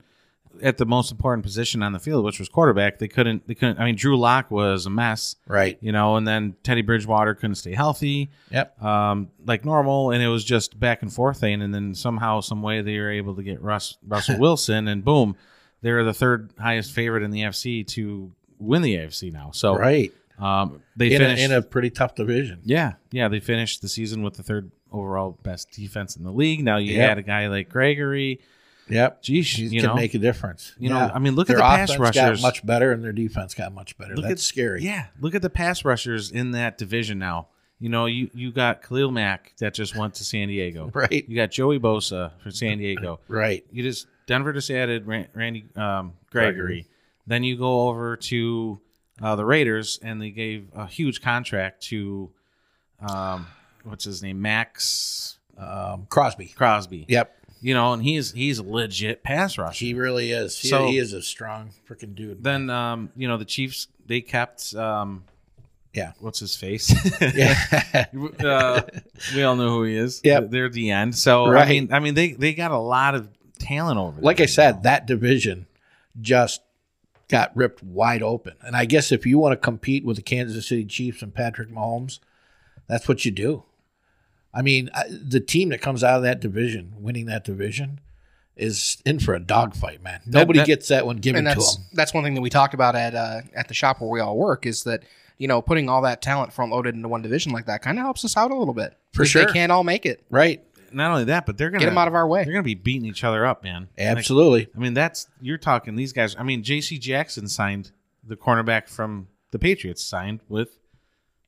[SPEAKER 2] at the most important position on the field, which was quarterback, they couldn't. They couldn't. I mean, Drew Lock was a mess,
[SPEAKER 3] Right.
[SPEAKER 2] you know, and then Teddy Bridgewater couldn't stay healthy,
[SPEAKER 3] Yep.
[SPEAKER 2] um, like normal, and it was just back and forth thing. And then somehow, some way, they were able to get Russ Russell Wilson, and boom, they're the third highest favorite in the AFC to win the AFC now. So
[SPEAKER 3] Right.
[SPEAKER 2] um, they
[SPEAKER 3] In a,
[SPEAKER 2] finished
[SPEAKER 3] in a pretty tough division.
[SPEAKER 2] yeah, yeah, they finished the season with the third overall best defense in the league. Now you
[SPEAKER 3] Yeah.
[SPEAKER 2] had a guy like Gregory.
[SPEAKER 3] Yep.
[SPEAKER 2] Geez,
[SPEAKER 3] He
[SPEAKER 2] you
[SPEAKER 3] can
[SPEAKER 2] know,
[SPEAKER 3] make a difference.
[SPEAKER 2] you know,
[SPEAKER 3] Yeah.
[SPEAKER 2] I mean, look at
[SPEAKER 3] their
[SPEAKER 2] the pass
[SPEAKER 3] offense got
[SPEAKER 2] rushers.
[SPEAKER 3] much better, and their defense got much better.
[SPEAKER 2] Look
[SPEAKER 3] That's
[SPEAKER 2] at-
[SPEAKER 3] scary.
[SPEAKER 2] yeah, look at the pass rushers in that division now. You know, you you got Khalil Mack that just went to San Diego.
[SPEAKER 3] Right.
[SPEAKER 2] You got Joey Bosa for San Diego.
[SPEAKER 3] Right.
[SPEAKER 2] You just Denver just added Ran- Randy um, Gregory.
[SPEAKER 3] Gregory.
[SPEAKER 2] Then you go over to uh, the Raiders, and they gave a huge contract to um, what's his name, Max
[SPEAKER 3] Um, Crosby.
[SPEAKER 2] Crosby.
[SPEAKER 3] Yep.
[SPEAKER 2] You know, and he's he's a legit pass rusher.
[SPEAKER 3] He really is. He,
[SPEAKER 2] So-
[SPEAKER 3] he is a strong freaking dude.
[SPEAKER 2] Then um, you know, the Chiefs they kept um
[SPEAKER 3] Yeah.
[SPEAKER 2] what's his face?
[SPEAKER 3] yeah.
[SPEAKER 2] uh, we all know who he is.
[SPEAKER 3] Yep.
[SPEAKER 2] They're the end. So
[SPEAKER 3] Right.
[SPEAKER 2] I mean I mean they they got a lot of talent over there.
[SPEAKER 3] like I said, that division just got ripped wide open. And I guess if you want to compete with the Kansas City Chiefs and Patrick Mahomes, that's what you do. I mean, I- the team that comes out of that division, winning that division, is in for a dogfight, man. Nobody
[SPEAKER 2] that-
[SPEAKER 3] gets that one given
[SPEAKER 1] and
[SPEAKER 3] to
[SPEAKER 1] that's
[SPEAKER 3] them.
[SPEAKER 1] that's one thing that we talked about at uh, at the shop where we all work is that you know putting all that talent front loaded into one division like that kind of helps us out a little bit
[SPEAKER 3] For
[SPEAKER 1] 'Cause
[SPEAKER 3] sure.
[SPEAKER 1] They can't all make it.
[SPEAKER 3] Right.
[SPEAKER 2] not only that, but they're gonna
[SPEAKER 1] Get them out of our way.
[SPEAKER 2] they're gonna be beating each other up, man. Like,
[SPEAKER 3] Absolutely.
[SPEAKER 2] I mean, that's you're talking these guys. I mean, J.C. Jackson signed the cornerback from the Patriots signed with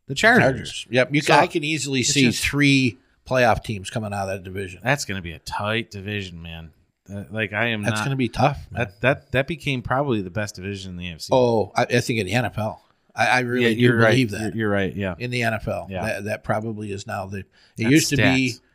[SPEAKER 2] the Chargers.
[SPEAKER 3] Chargers. Yep. You
[SPEAKER 2] So,
[SPEAKER 3] can, I can easily see
[SPEAKER 2] just-
[SPEAKER 3] three playoff teams coming out of that division.
[SPEAKER 2] That's going to be a tight division, man. Uh, like I am
[SPEAKER 3] That's
[SPEAKER 2] not.
[SPEAKER 3] going to be tough. man.
[SPEAKER 2] that that that became probably the best division in the AFC.
[SPEAKER 3] oh, I, I think in the NFL. I, I really do
[SPEAKER 2] you're right.
[SPEAKER 3] believe that.
[SPEAKER 2] You're, you're right. Yeah.
[SPEAKER 3] in the NFL.
[SPEAKER 2] Yeah.
[SPEAKER 3] That, that probably is now the. It
[SPEAKER 2] That's
[SPEAKER 3] used to be,
[SPEAKER 2] stacked.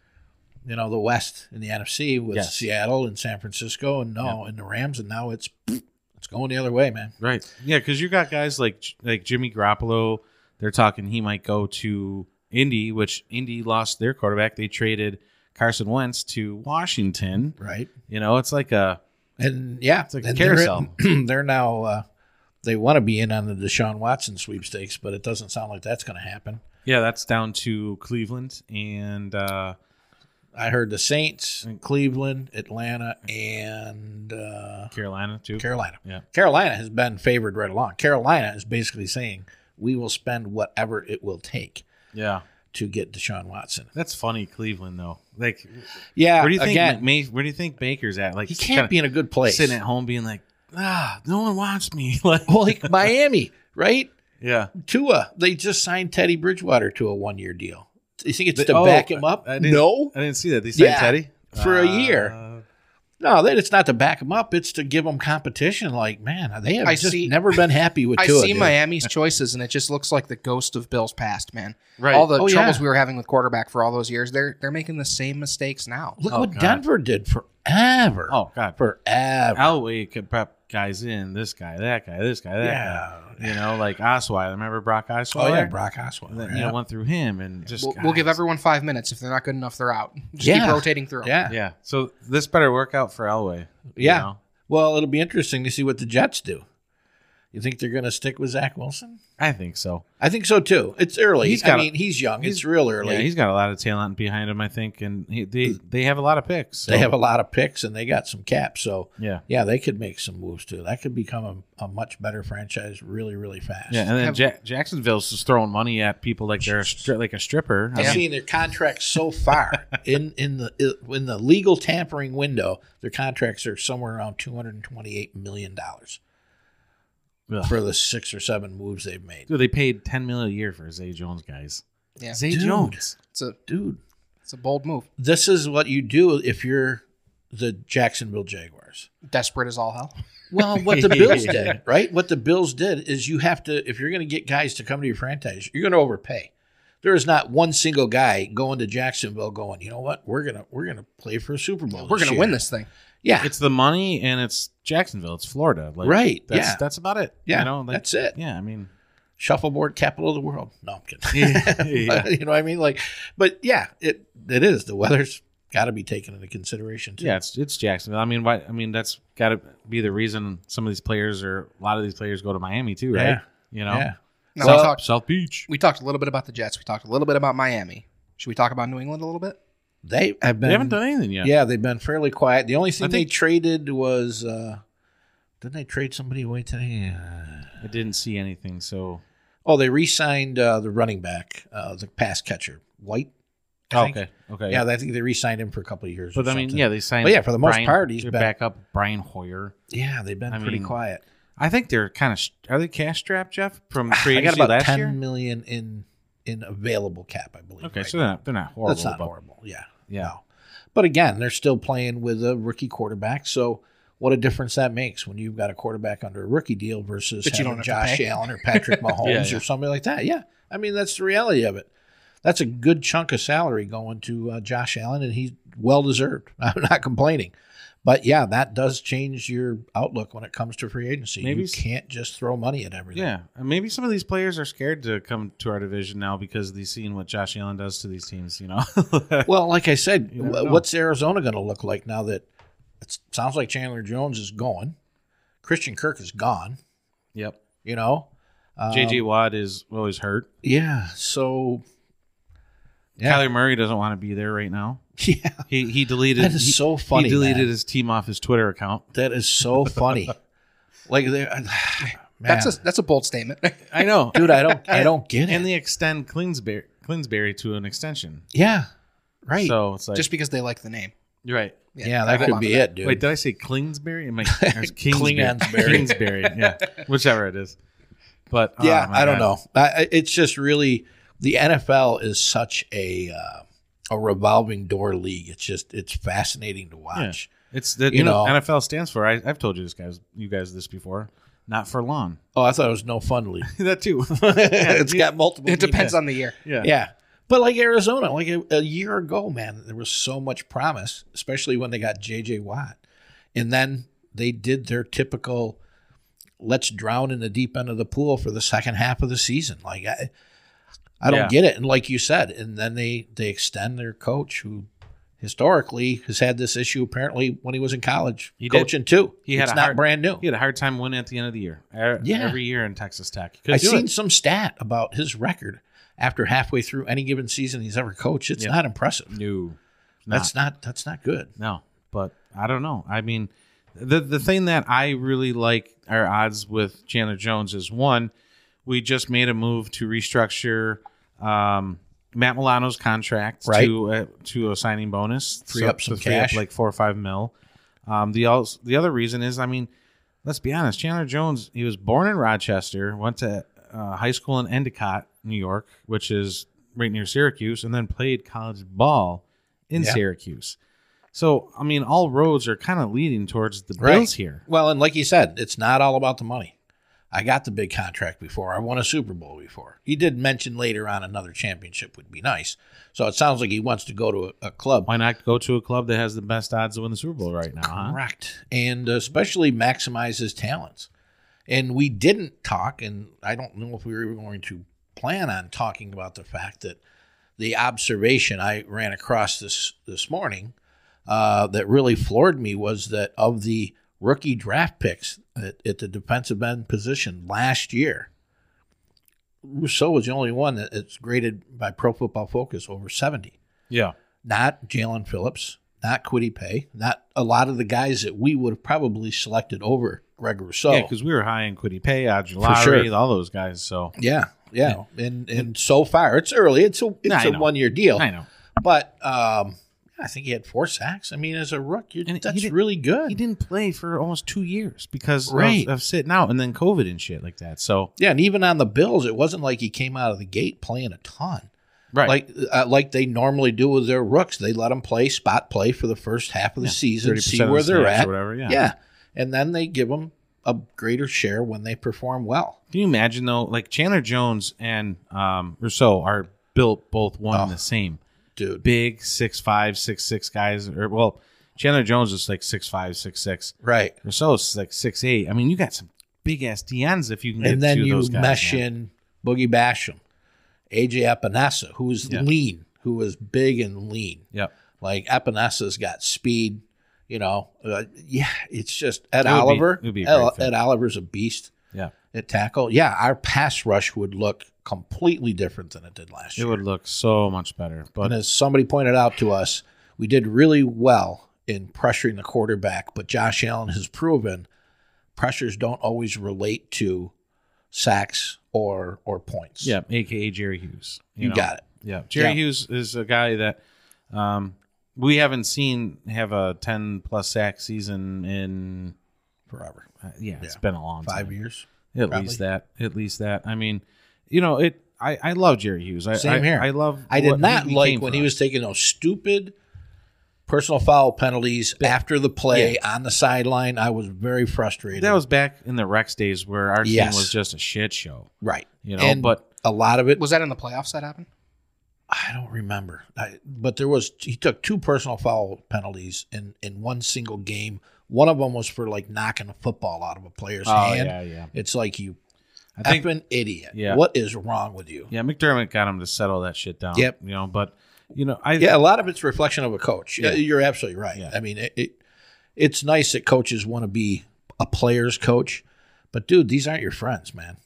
[SPEAKER 3] you know, the West in the NFC was
[SPEAKER 2] Yes.
[SPEAKER 3] Seattle and San Francisco, and no, and the Rams, and now it's it's going the other way, man.
[SPEAKER 2] Right. Yeah, because you got guys like like Jimmy Garoppolo. They're talking he might go to Indy, which Indy lost their quarterback. They traded Carson Wentz to Washington.
[SPEAKER 3] Right.
[SPEAKER 2] You know, it's like a
[SPEAKER 3] And yeah,
[SPEAKER 2] like a
[SPEAKER 3] and they're-
[SPEAKER 2] carousel.
[SPEAKER 3] They're, now uh, they want to be in on the Deshaun Watson sweepstakes, but it doesn't sound like that's going to happen.
[SPEAKER 2] yeah, that's down to Cleveland and uh,
[SPEAKER 3] I heard the Saints,
[SPEAKER 2] Mm.
[SPEAKER 3] Cleveland, Atlanta, and uh,
[SPEAKER 2] Carolina too.
[SPEAKER 3] Carolina.
[SPEAKER 2] Yeah.
[SPEAKER 3] Carolina has been favored right along. Carolina is basically saying we will spend whatever it will take
[SPEAKER 2] yeah,
[SPEAKER 3] to get Deshaun Watson.
[SPEAKER 2] that's funny. Cleveland though, like
[SPEAKER 3] Yeah,
[SPEAKER 2] where do you think
[SPEAKER 3] again,
[SPEAKER 2] Ma- where do you think Baker's at? Like
[SPEAKER 3] he can't be in a good place.
[SPEAKER 2] sitting at home being like, ah, no one wants me. like,
[SPEAKER 3] well, like Miami, right?
[SPEAKER 2] yeah,
[SPEAKER 3] Tua, they just signed Teddy Bridgewater to a one-year deal. Do you think it's
[SPEAKER 2] They-
[SPEAKER 3] to
[SPEAKER 2] oh,
[SPEAKER 3] back him up?
[SPEAKER 2] I didn't-
[SPEAKER 3] No,
[SPEAKER 2] I didn't see that. They signed
[SPEAKER 3] Yeah,
[SPEAKER 2] Teddy
[SPEAKER 3] for a
[SPEAKER 2] Uh,
[SPEAKER 3] year. no, that it's not to back him up. It's to give him competition. Like, man, they have
[SPEAKER 1] I
[SPEAKER 3] just
[SPEAKER 1] see-
[SPEAKER 3] never been happy with
[SPEAKER 1] I
[SPEAKER 3] Tua.
[SPEAKER 1] see
[SPEAKER 3] dude.
[SPEAKER 1] Miami's choices, and it just looks like the ghost of Bill's past, man.
[SPEAKER 2] Right.
[SPEAKER 1] All the
[SPEAKER 3] Oh,
[SPEAKER 1] troubles
[SPEAKER 3] yeah.
[SPEAKER 1] we were having with quarterback for all those years, they're they're making the same mistakes now.
[SPEAKER 3] Look
[SPEAKER 2] Oh,
[SPEAKER 3] what
[SPEAKER 2] God.
[SPEAKER 3] Denver did forever.
[SPEAKER 2] Oh God,
[SPEAKER 3] forever.
[SPEAKER 2] Elway oh, could prep guys in this guy, that guy, this guy, that
[SPEAKER 3] Yeah.
[SPEAKER 2] guy. You know, like Osweiler. Remember Brock Osweiler?
[SPEAKER 3] Oh yeah, Brock Osweiler.
[SPEAKER 2] And then,
[SPEAKER 3] yeah.
[SPEAKER 2] You know, went through him and just
[SPEAKER 1] We'll, we'll give
[SPEAKER 2] guys.
[SPEAKER 1] everyone five minutes. If they're not good enough, they're out. Just
[SPEAKER 3] Yeah.
[SPEAKER 1] keep rotating through. 'em.
[SPEAKER 3] yeah.
[SPEAKER 2] Yeah. So this better work out for Elway. you
[SPEAKER 3] Yeah.
[SPEAKER 2] know?
[SPEAKER 3] Well, it'll be interesting to see what the Jets do. You think they're going to stick with Zach Wilson?
[SPEAKER 2] I think so.
[SPEAKER 3] I think so too. It's early.
[SPEAKER 2] He's got
[SPEAKER 3] I
[SPEAKER 2] a-
[SPEAKER 3] mean, he's young.
[SPEAKER 2] he's-
[SPEAKER 3] it's real early.
[SPEAKER 2] Yeah, he's got a lot of talent behind him, I think, and he, they they have a lot of picks. so-
[SPEAKER 3] Mm. they have a lot of picks and they got some caps. So
[SPEAKER 2] yeah,
[SPEAKER 3] yeah, they could make some moves too. That could become a, a much better franchise really, really fast.
[SPEAKER 2] yeah, and then
[SPEAKER 1] Have-
[SPEAKER 2] ja- Jacksonville's just throwing money at people like they're a stri- like a stripper. I
[SPEAKER 3] I've
[SPEAKER 2] mean,
[SPEAKER 3] seen their contracts so far in in the in the legal tampering window. Their contracts are somewhere around two hundred and twenty eight million dollars
[SPEAKER 2] Ugh.
[SPEAKER 3] for the six or seven moves they've made.
[SPEAKER 2] dude, they paid ten million a year for Zay Jones, guys.
[SPEAKER 1] Yeah.
[SPEAKER 2] Zay
[SPEAKER 3] Dude.
[SPEAKER 2] Jones.
[SPEAKER 1] It's a
[SPEAKER 3] Dude,
[SPEAKER 1] it's a bold move.
[SPEAKER 3] this is what you do if you're the Jacksonville Jaguars.
[SPEAKER 1] Desperate as all hell.
[SPEAKER 3] Well, what the Bills did, right? What the Bills did is you have to, if you're going to get guys to come to your franchise, you're going to overpay. There is not one single guy going to Jacksonville going, you know what? We're gonna we're gonna play for a Super Bowl.
[SPEAKER 1] We're
[SPEAKER 3] this
[SPEAKER 1] gonna
[SPEAKER 3] year."
[SPEAKER 1] win this thing.
[SPEAKER 3] Yeah,
[SPEAKER 2] It's the money, and it's Jacksonville. It's Florida. Like,
[SPEAKER 3] Right,
[SPEAKER 2] That's,
[SPEAKER 3] yeah.
[SPEAKER 2] That's about it.
[SPEAKER 3] Yeah,
[SPEAKER 2] You know, like,
[SPEAKER 3] that's it.
[SPEAKER 2] Yeah. I mean,
[SPEAKER 3] shuffleboard capital of the world. No, I'm kidding.
[SPEAKER 2] yeah.
[SPEAKER 3] you know what I mean? Like, but yeah, it it is. The weather's got to be taken into consideration too.
[SPEAKER 2] Yeah, it's it's Jacksonville. I mean, why? I mean, that's got to be the reason some of these players or a lot of these players go to Miami too, right?
[SPEAKER 3] Yeah.
[SPEAKER 2] You know,
[SPEAKER 3] Yeah.
[SPEAKER 1] Now
[SPEAKER 2] South,
[SPEAKER 1] we talked
[SPEAKER 2] South Beach.
[SPEAKER 1] we talked a little bit about the Jets. We talked a little bit about Miami. Should we talk about New England a little bit?
[SPEAKER 3] They have been
[SPEAKER 2] They haven't done anything yet.
[SPEAKER 3] Yeah, they've been fairly quiet. The only thing
[SPEAKER 2] I
[SPEAKER 3] they
[SPEAKER 2] think-
[SPEAKER 3] traded was uh didn't they trade somebody away today? Uh,
[SPEAKER 2] I didn't see anything. So
[SPEAKER 3] oh, they re-signed uh, the running back, uh, the pass catcher, White. I think.
[SPEAKER 2] Oh, okay, okay,
[SPEAKER 3] Yeah, I think they re-signed him for a couple of years.
[SPEAKER 2] But
[SPEAKER 3] or
[SPEAKER 2] I mean,
[SPEAKER 3] something.
[SPEAKER 2] yeah, they signed.
[SPEAKER 3] But yeah, for the most part, he's
[SPEAKER 2] they're
[SPEAKER 3] been-
[SPEAKER 2] back up Brian Hoyer.
[SPEAKER 3] yeah, they've been
[SPEAKER 2] I
[SPEAKER 3] pretty
[SPEAKER 2] mean,
[SPEAKER 3] quiet.
[SPEAKER 2] I think they're kind of are they cash strapped, Jeff? From free
[SPEAKER 3] I got
[SPEAKER 2] agency
[SPEAKER 3] about
[SPEAKER 2] last
[SPEAKER 3] ten
[SPEAKER 2] year.
[SPEAKER 3] million in in available cap, I believe.
[SPEAKER 2] Okay,
[SPEAKER 3] right
[SPEAKER 2] so
[SPEAKER 3] now.
[SPEAKER 2] they're not, they're not horrible.
[SPEAKER 3] that's not
[SPEAKER 2] but-
[SPEAKER 3] horrible. Yeah,
[SPEAKER 2] Yeah.
[SPEAKER 3] No. But again, they're still playing with a rookie quarterback. So what a difference that makes when you've got a quarterback under a rookie deal versus
[SPEAKER 1] But you
[SPEAKER 3] having
[SPEAKER 1] don't have to
[SPEAKER 3] Josh
[SPEAKER 1] pay.
[SPEAKER 3] Allen or Patrick Mahomes
[SPEAKER 2] Yeah,
[SPEAKER 3] or
[SPEAKER 2] yeah.
[SPEAKER 3] somebody like that. Yeah, I mean that's the reality of it. That's a good chunk of salary going to uh, Josh Allen, and he's well deserved. I'm not complaining. But yeah, that does change your outlook when it comes to free agency.
[SPEAKER 2] Maybe
[SPEAKER 3] you
[SPEAKER 2] s-
[SPEAKER 3] can't just throw money at everything.
[SPEAKER 2] Yeah, and maybe some of these players are scared to come to our division now because they've seen what Josh Allen does to these teams. You know,
[SPEAKER 3] Well, like I said,
[SPEAKER 2] You never
[SPEAKER 3] wh-
[SPEAKER 2] know.
[SPEAKER 3] what's Arizona going to look like now that it sounds like Chandler Jones is going, Christian Kirk is gone.
[SPEAKER 2] yep.
[SPEAKER 3] You know, um,
[SPEAKER 2] JJ Watt is always hurt.
[SPEAKER 3] Yeah. So. Yeah.
[SPEAKER 2] Kyler Murray doesn't want to be there right now.
[SPEAKER 3] yeah.
[SPEAKER 2] He he deleted.
[SPEAKER 3] That is
[SPEAKER 2] he-
[SPEAKER 3] so funny,
[SPEAKER 2] He deleted
[SPEAKER 3] man.
[SPEAKER 2] his team off his Twitter account.
[SPEAKER 3] That is so funny. like they, man,
[SPEAKER 1] That's a that's a bold statement.
[SPEAKER 2] I know,
[SPEAKER 3] dude. I don't. I don't get it.
[SPEAKER 2] and they extend Clinsbury Clinsbury to an extension.
[SPEAKER 3] yeah. Right.
[SPEAKER 2] So it's like
[SPEAKER 1] Just because they like the name.
[SPEAKER 2] right.
[SPEAKER 3] yeah,
[SPEAKER 1] I'll
[SPEAKER 3] that
[SPEAKER 1] hold
[SPEAKER 3] could
[SPEAKER 1] on to
[SPEAKER 3] be it, dude.
[SPEAKER 2] Wait, did I say Clinsbury? Am I or is Kingsbury?
[SPEAKER 3] Klingonsbury.
[SPEAKER 2] Kingsbury, yeah, whichever it is. But oh
[SPEAKER 3] yeah,
[SPEAKER 2] my
[SPEAKER 3] I don't
[SPEAKER 2] God.
[SPEAKER 3] know. I, I- it's just really the NFL is such a uh, a revolving door league. It's just it's fascinating to watch.
[SPEAKER 2] It's that
[SPEAKER 3] You
[SPEAKER 2] you know
[SPEAKER 3] know.
[SPEAKER 2] NFL stands for. I, I've told you this guys, you guys this before. Not for long.
[SPEAKER 3] Oh, I thought it was no fun league.
[SPEAKER 2] that too.
[SPEAKER 3] it's got multiple.
[SPEAKER 1] It depends on the year.
[SPEAKER 2] yeah.
[SPEAKER 3] Yeah. But like Arizona, like a, a year ago, man, there was so much promise, especially when they got JJ Watt. And then they did their typical let's drown in the deep end of the pool for the second half of the season. Like I I don't
[SPEAKER 2] Yeah.
[SPEAKER 3] get it. And like you said, and then they they extend their coach who historically has had this issue apparently when he was in college.
[SPEAKER 2] He did.
[SPEAKER 3] coaching too.
[SPEAKER 2] He had
[SPEAKER 3] it's
[SPEAKER 2] a
[SPEAKER 3] not
[SPEAKER 2] hard-
[SPEAKER 3] brand new.
[SPEAKER 2] He had a hard time winning at the end of the year.
[SPEAKER 3] Yeah.
[SPEAKER 2] Yeah. Every year in Texas Tech. He
[SPEAKER 3] I
[SPEAKER 2] couldn't do
[SPEAKER 3] seen
[SPEAKER 2] it.
[SPEAKER 3] some stat about his record after halfway through any given season he's ever coached. It's
[SPEAKER 2] Yeah.
[SPEAKER 3] not impressive.
[SPEAKER 2] No.
[SPEAKER 3] That's not that's not good.
[SPEAKER 2] No, but I don't know. I mean, the the thing that I really like our odds with Chandler Jones is one, we just made a move to restructure um, Matt Milano's contract
[SPEAKER 3] Right.
[SPEAKER 2] to uh, to a signing bonus,
[SPEAKER 3] Free up some
[SPEAKER 2] to
[SPEAKER 3] cash.
[SPEAKER 2] like four or five mil. Um, the else the other reason is, I mean, let's be honest, Chandler Jones. He was born in Rochester, went to uh, high school in Endicott, New York, which is right near Syracuse, and then played college ball in
[SPEAKER 3] Yeah.
[SPEAKER 2] Syracuse. So I mean, all roads are kind of leading towards the
[SPEAKER 3] Right.
[SPEAKER 2] Bills here.
[SPEAKER 3] Well, and like you said, it's not all about the money. I got the big contract before. I won a Super Bowl before. He did mention later on another championship would be nice. So it sounds like he wants to go to a, a club.
[SPEAKER 2] Why not go to a club that has the best odds to win the Super Bowl right now? Huh?
[SPEAKER 3] Correct. And uh, especially maximize his talents. And we didn't talk, and I don't know if we were going to plan on talking about the fact that the observation I ran across this this morning uh, that really floored me was that of the rookie draft picks at, at the defensive end position last year, Rousseau was the only one that is graded by Pro Football Focus over 70
[SPEAKER 2] Yeah,
[SPEAKER 3] not Jalen Phillips, not Quiddy Pay, not a lot of the guys that we would have probably selected over Greg Rousseau.
[SPEAKER 2] yeah, because we were high in Quiddy Pay, Ajulari,
[SPEAKER 3] sure.
[SPEAKER 2] all those guys. So
[SPEAKER 3] yeah, yeah. And and so far, it's early. It's a
[SPEAKER 2] No,
[SPEAKER 3] it's
[SPEAKER 2] I
[SPEAKER 3] a
[SPEAKER 2] know.
[SPEAKER 3] one year deal,
[SPEAKER 2] I know
[SPEAKER 3] but um, I think he had four sacks. I mean, as a rook, you
[SPEAKER 2] And he
[SPEAKER 3] that's
[SPEAKER 2] didn't-
[SPEAKER 3] really
[SPEAKER 2] he
[SPEAKER 3] good.
[SPEAKER 2] didn't play for almost two years because
[SPEAKER 3] Right.
[SPEAKER 2] of, of sitting out and then COVID and shit like that. So
[SPEAKER 3] Yeah, and even on the Bills, it wasn't like he came out of the gate playing a ton.
[SPEAKER 2] right,
[SPEAKER 3] Like uh, like they normally do with their rooks, they let them play spot play for the first half of the season,
[SPEAKER 2] 30%
[SPEAKER 3] see
[SPEAKER 2] of the
[SPEAKER 3] where they're
[SPEAKER 2] snaps
[SPEAKER 3] at,
[SPEAKER 2] or whatever. Yeah.
[SPEAKER 3] yeah, and then they give them a greater share when they perform well.
[SPEAKER 2] Can you imagine though? Like Chandler Jones and um, Rousseau are built both one
[SPEAKER 3] Oh.
[SPEAKER 2] and the same.
[SPEAKER 3] dude.
[SPEAKER 2] Big six five, six six guys. Or well, Chandler Jones is like six five, six six.
[SPEAKER 3] Right.
[SPEAKER 2] Rousseau's like six eight. I mean, you got some big ass DNs if you can get
[SPEAKER 3] And then
[SPEAKER 2] two of
[SPEAKER 3] you
[SPEAKER 2] those guys,
[SPEAKER 3] mesh
[SPEAKER 2] man.
[SPEAKER 3] in Boogie Basham, AJ Epinesa, who is
[SPEAKER 2] Yeah.
[SPEAKER 3] lean, who is big and lean.
[SPEAKER 2] Yep.
[SPEAKER 3] Like Epinessa's got speed. You know, uh, yeah, it's just Ed
[SPEAKER 2] It would be-
[SPEAKER 3] Oliver.
[SPEAKER 2] it would be a
[SPEAKER 3] Ed,
[SPEAKER 2] great fit.
[SPEAKER 3] Ed Oliver's a beast
[SPEAKER 2] Yeah.
[SPEAKER 3] at tackle. Yeah, our pass rush would look completely different than it did last
[SPEAKER 2] It
[SPEAKER 3] year.
[SPEAKER 2] would look so much better. But
[SPEAKER 3] And as somebody pointed out to us, we did really well in pressuring the quarterback, but Josh Allen has proven pressures don't always relate to sacks or or points.
[SPEAKER 2] yeah, aka Jerry Hughes.
[SPEAKER 3] You,
[SPEAKER 2] know?
[SPEAKER 3] got it.
[SPEAKER 2] Yeah, Jerry
[SPEAKER 3] Yeah.
[SPEAKER 2] Hughes is a guy that um, we haven't seen have a ten plus sack season in.
[SPEAKER 3] Forever.
[SPEAKER 2] Uh, yeah, it's
[SPEAKER 3] Yeah.
[SPEAKER 2] been a long
[SPEAKER 3] Five
[SPEAKER 2] time.
[SPEAKER 3] years.
[SPEAKER 2] At
[SPEAKER 3] probably.
[SPEAKER 2] least that. At least that. I mean, you know, it. I, I love Jerry Hughes. I,
[SPEAKER 3] Same
[SPEAKER 2] I-
[SPEAKER 3] here.
[SPEAKER 2] I love.
[SPEAKER 3] I did
[SPEAKER 2] what
[SPEAKER 3] not
[SPEAKER 2] he
[SPEAKER 3] like
[SPEAKER 2] became
[SPEAKER 3] when
[SPEAKER 2] for
[SPEAKER 3] he
[SPEAKER 2] us.
[SPEAKER 3] was taking those stupid personal foul penalties after the play on the sideline. I was very frustrated.
[SPEAKER 2] That was back in the Rex days where our
[SPEAKER 3] Yes.
[SPEAKER 2] team was just a shit show.
[SPEAKER 3] right.
[SPEAKER 2] You know,
[SPEAKER 3] And
[SPEAKER 2] but
[SPEAKER 3] a lot of it
[SPEAKER 1] Was that in the playoffs that happened?
[SPEAKER 3] I don't remember, I, but there was he took two personal foul penalties in in one single game. One of them was for like knocking a football out of a player's
[SPEAKER 2] oh
[SPEAKER 3] hand.
[SPEAKER 2] yeah, yeah.
[SPEAKER 3] It's like you
[SPEAKER 2] I think
[SPEAKER 3] effing idiot.
[SPEAKER 2] Yeah.
[SPEAKER 3] What is wrong with you?
[SPEAKER 2] yeah, McDermott got him to settle that shit down.
[SPEAKER 3] Yep.
[SPEAKER 2] You know, but you know, I
[SPEAKER 3] Yeah, a lot of it's reflection of a coach.
[SPEAKER 2] Yeah.
[SPEAKER 3] You're absolutely right.
[SPEAKER 2] Yeah.
[SPEAKER 3] I mean, it, it it's nice that coaches want to be a player's coach, but dude, these aren't your friends, man.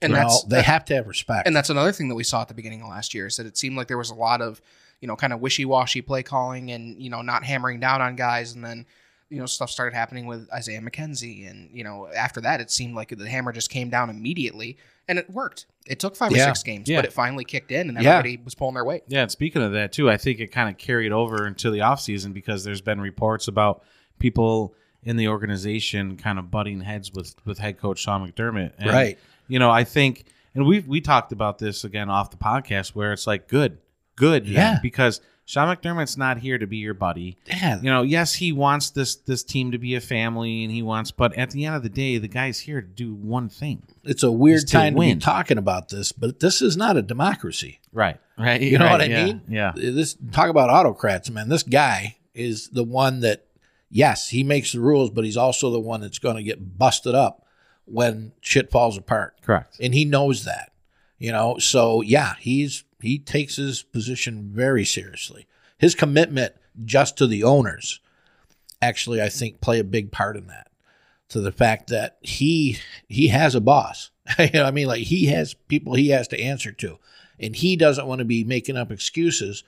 [SPEAKER 1] And
[SPEAKER 3] You know,
[SPEAKER 1] that's
[SPEAKER 3] they have to have respect.
[SPEAKER 1] and that's another thing that we saw at the beginning of last year is that it seemed like there was a lot of you know kind of wishy-washy play calling and you know not hammering down on guys and then you know stuff started happening with isaiah mckenzie and you know after that it seemed like the hammer just came down immediately and it worked it took five
[SPEAKER 3] Yeah.
[SPEAKER 1] or six games
[SPEAKER 2] Yeah.
[SPEAKER 1] but it finally kicked in and
[SPEAKER 3] Yeah.
[SPEAKER 1] everybody was pulling their weight
[SPEAKER 2] Yeah, and speaking of that too, I think it kind of carried over into the offseason because there's been reports about people in the organization kind of butting heads with with head coach Sean McDermott. And,
[SPEAKER 3] Right.
[SPEAKER 2] You know, I think and we we talked about this again off the podcast where it's like good. Good. then,
[SPEAKER 3] Yeah.
[SPEAKER 2] Because Sean McDermott's not here to be your buddy.
[SPEAKER 3] yeah,
[SPEAKER 2] You know, yes, he wants this this team to be a family and he wants but at the end of the day, the guy's here to do one thing.
[SPEAKER 3] it's a weird
[SPEAKER 2] to
[SPEAKER 3] time to be
[SPEAKER 2] win.
[SPEAKER 3] talking about this, but this is not a democracy.
[SPEAKER 2] Right. Right.
[SPEAKER 3] You know
[SPEAKER 2] Right,
[SPEAKER 3] what I
[SPEAKER 2] yeah,
[SPEAKER 3] mean?
[SPEAKER 2] Yeah.
[SPEAKER 3] This talk about autocrats, man. This guy is the one that, yes, he makes the rules, but he's also the one that's going to get busted up when shit falls apart,
[SPEAKER 2] Correct.
[SPEAKER 3] and he knows that. You know, so yeah, he's he takes his position very seriously. His commitment just to the owners, actually, I think play a big part in that. To the fact that he he has a boss. you know, what I mean, like he has people he has to answer to, and he doesn't want to be making up excuses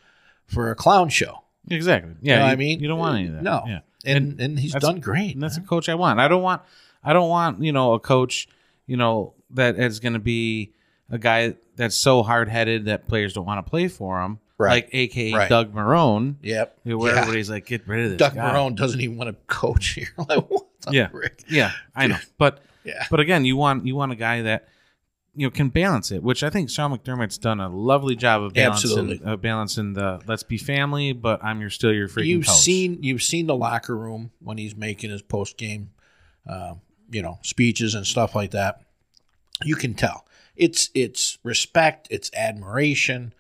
[SPEAKER 3] for a clown show.
[SPEAKER 2] Exactly. Yeah.
[SPEAKER 3] You know what
[SPEAKER 2] you-
[SPEAKER 3] I mean?
[SPEAKER 2] You don't want any of that.
[SPEAKER 3] No.
[SPEAKER 2] Yeah.
[SPEAKER 3] And and, he's
[SPEAKER 2] that's-
[SPEAKER 3] done great.
[SPEAKER 2] And that's a
[SPEAKER 3] man.
[SPEAKER 2] coach I want. I don't want I don't want, you know, a coach, you know, that is gonna be a guy that's so hard headed that players don't want to play for him.
[SPEAKER 3] Right.
[SPEAKER 2] Like aka
[SPEAKER 3] Right.
[SPEAKER 2] Doug Marone.
[SPEAKER 3] Yep.
[SPEAKER 2] you know, Where
[SPEAKER 3] Yeah.
[SPEAKER 2] everybody's like, get rid of this.
[SPEAKER 3] Doug
[SPEAKER 2] guy.
[SPEAKER 3] Marone doesn't even want to coach here. like what the
[SPEAKER 2] Yeah.
[SPEAKER 3] frick?
[SPEAKER 2] Yeah, I know. But
[SPEAKER 3] Yeah.
[SPEAKER 2] but again, you want you want a guy that you know can balance it, which I think Sean McDermott's done a lovely job of balancing
[SPEAKER 3] Absolutely.
[SPEAKER 2] of balancing the let's be family, but I'm your still your freaking
[SPEAKER 3] you've
[SPEAKER 2] coach.
[SPEAKER 3] seen you've seen the locker room when he's making his post game, um, you know, speeches and stuff like that. You can tell it's it's respect, it's admiration,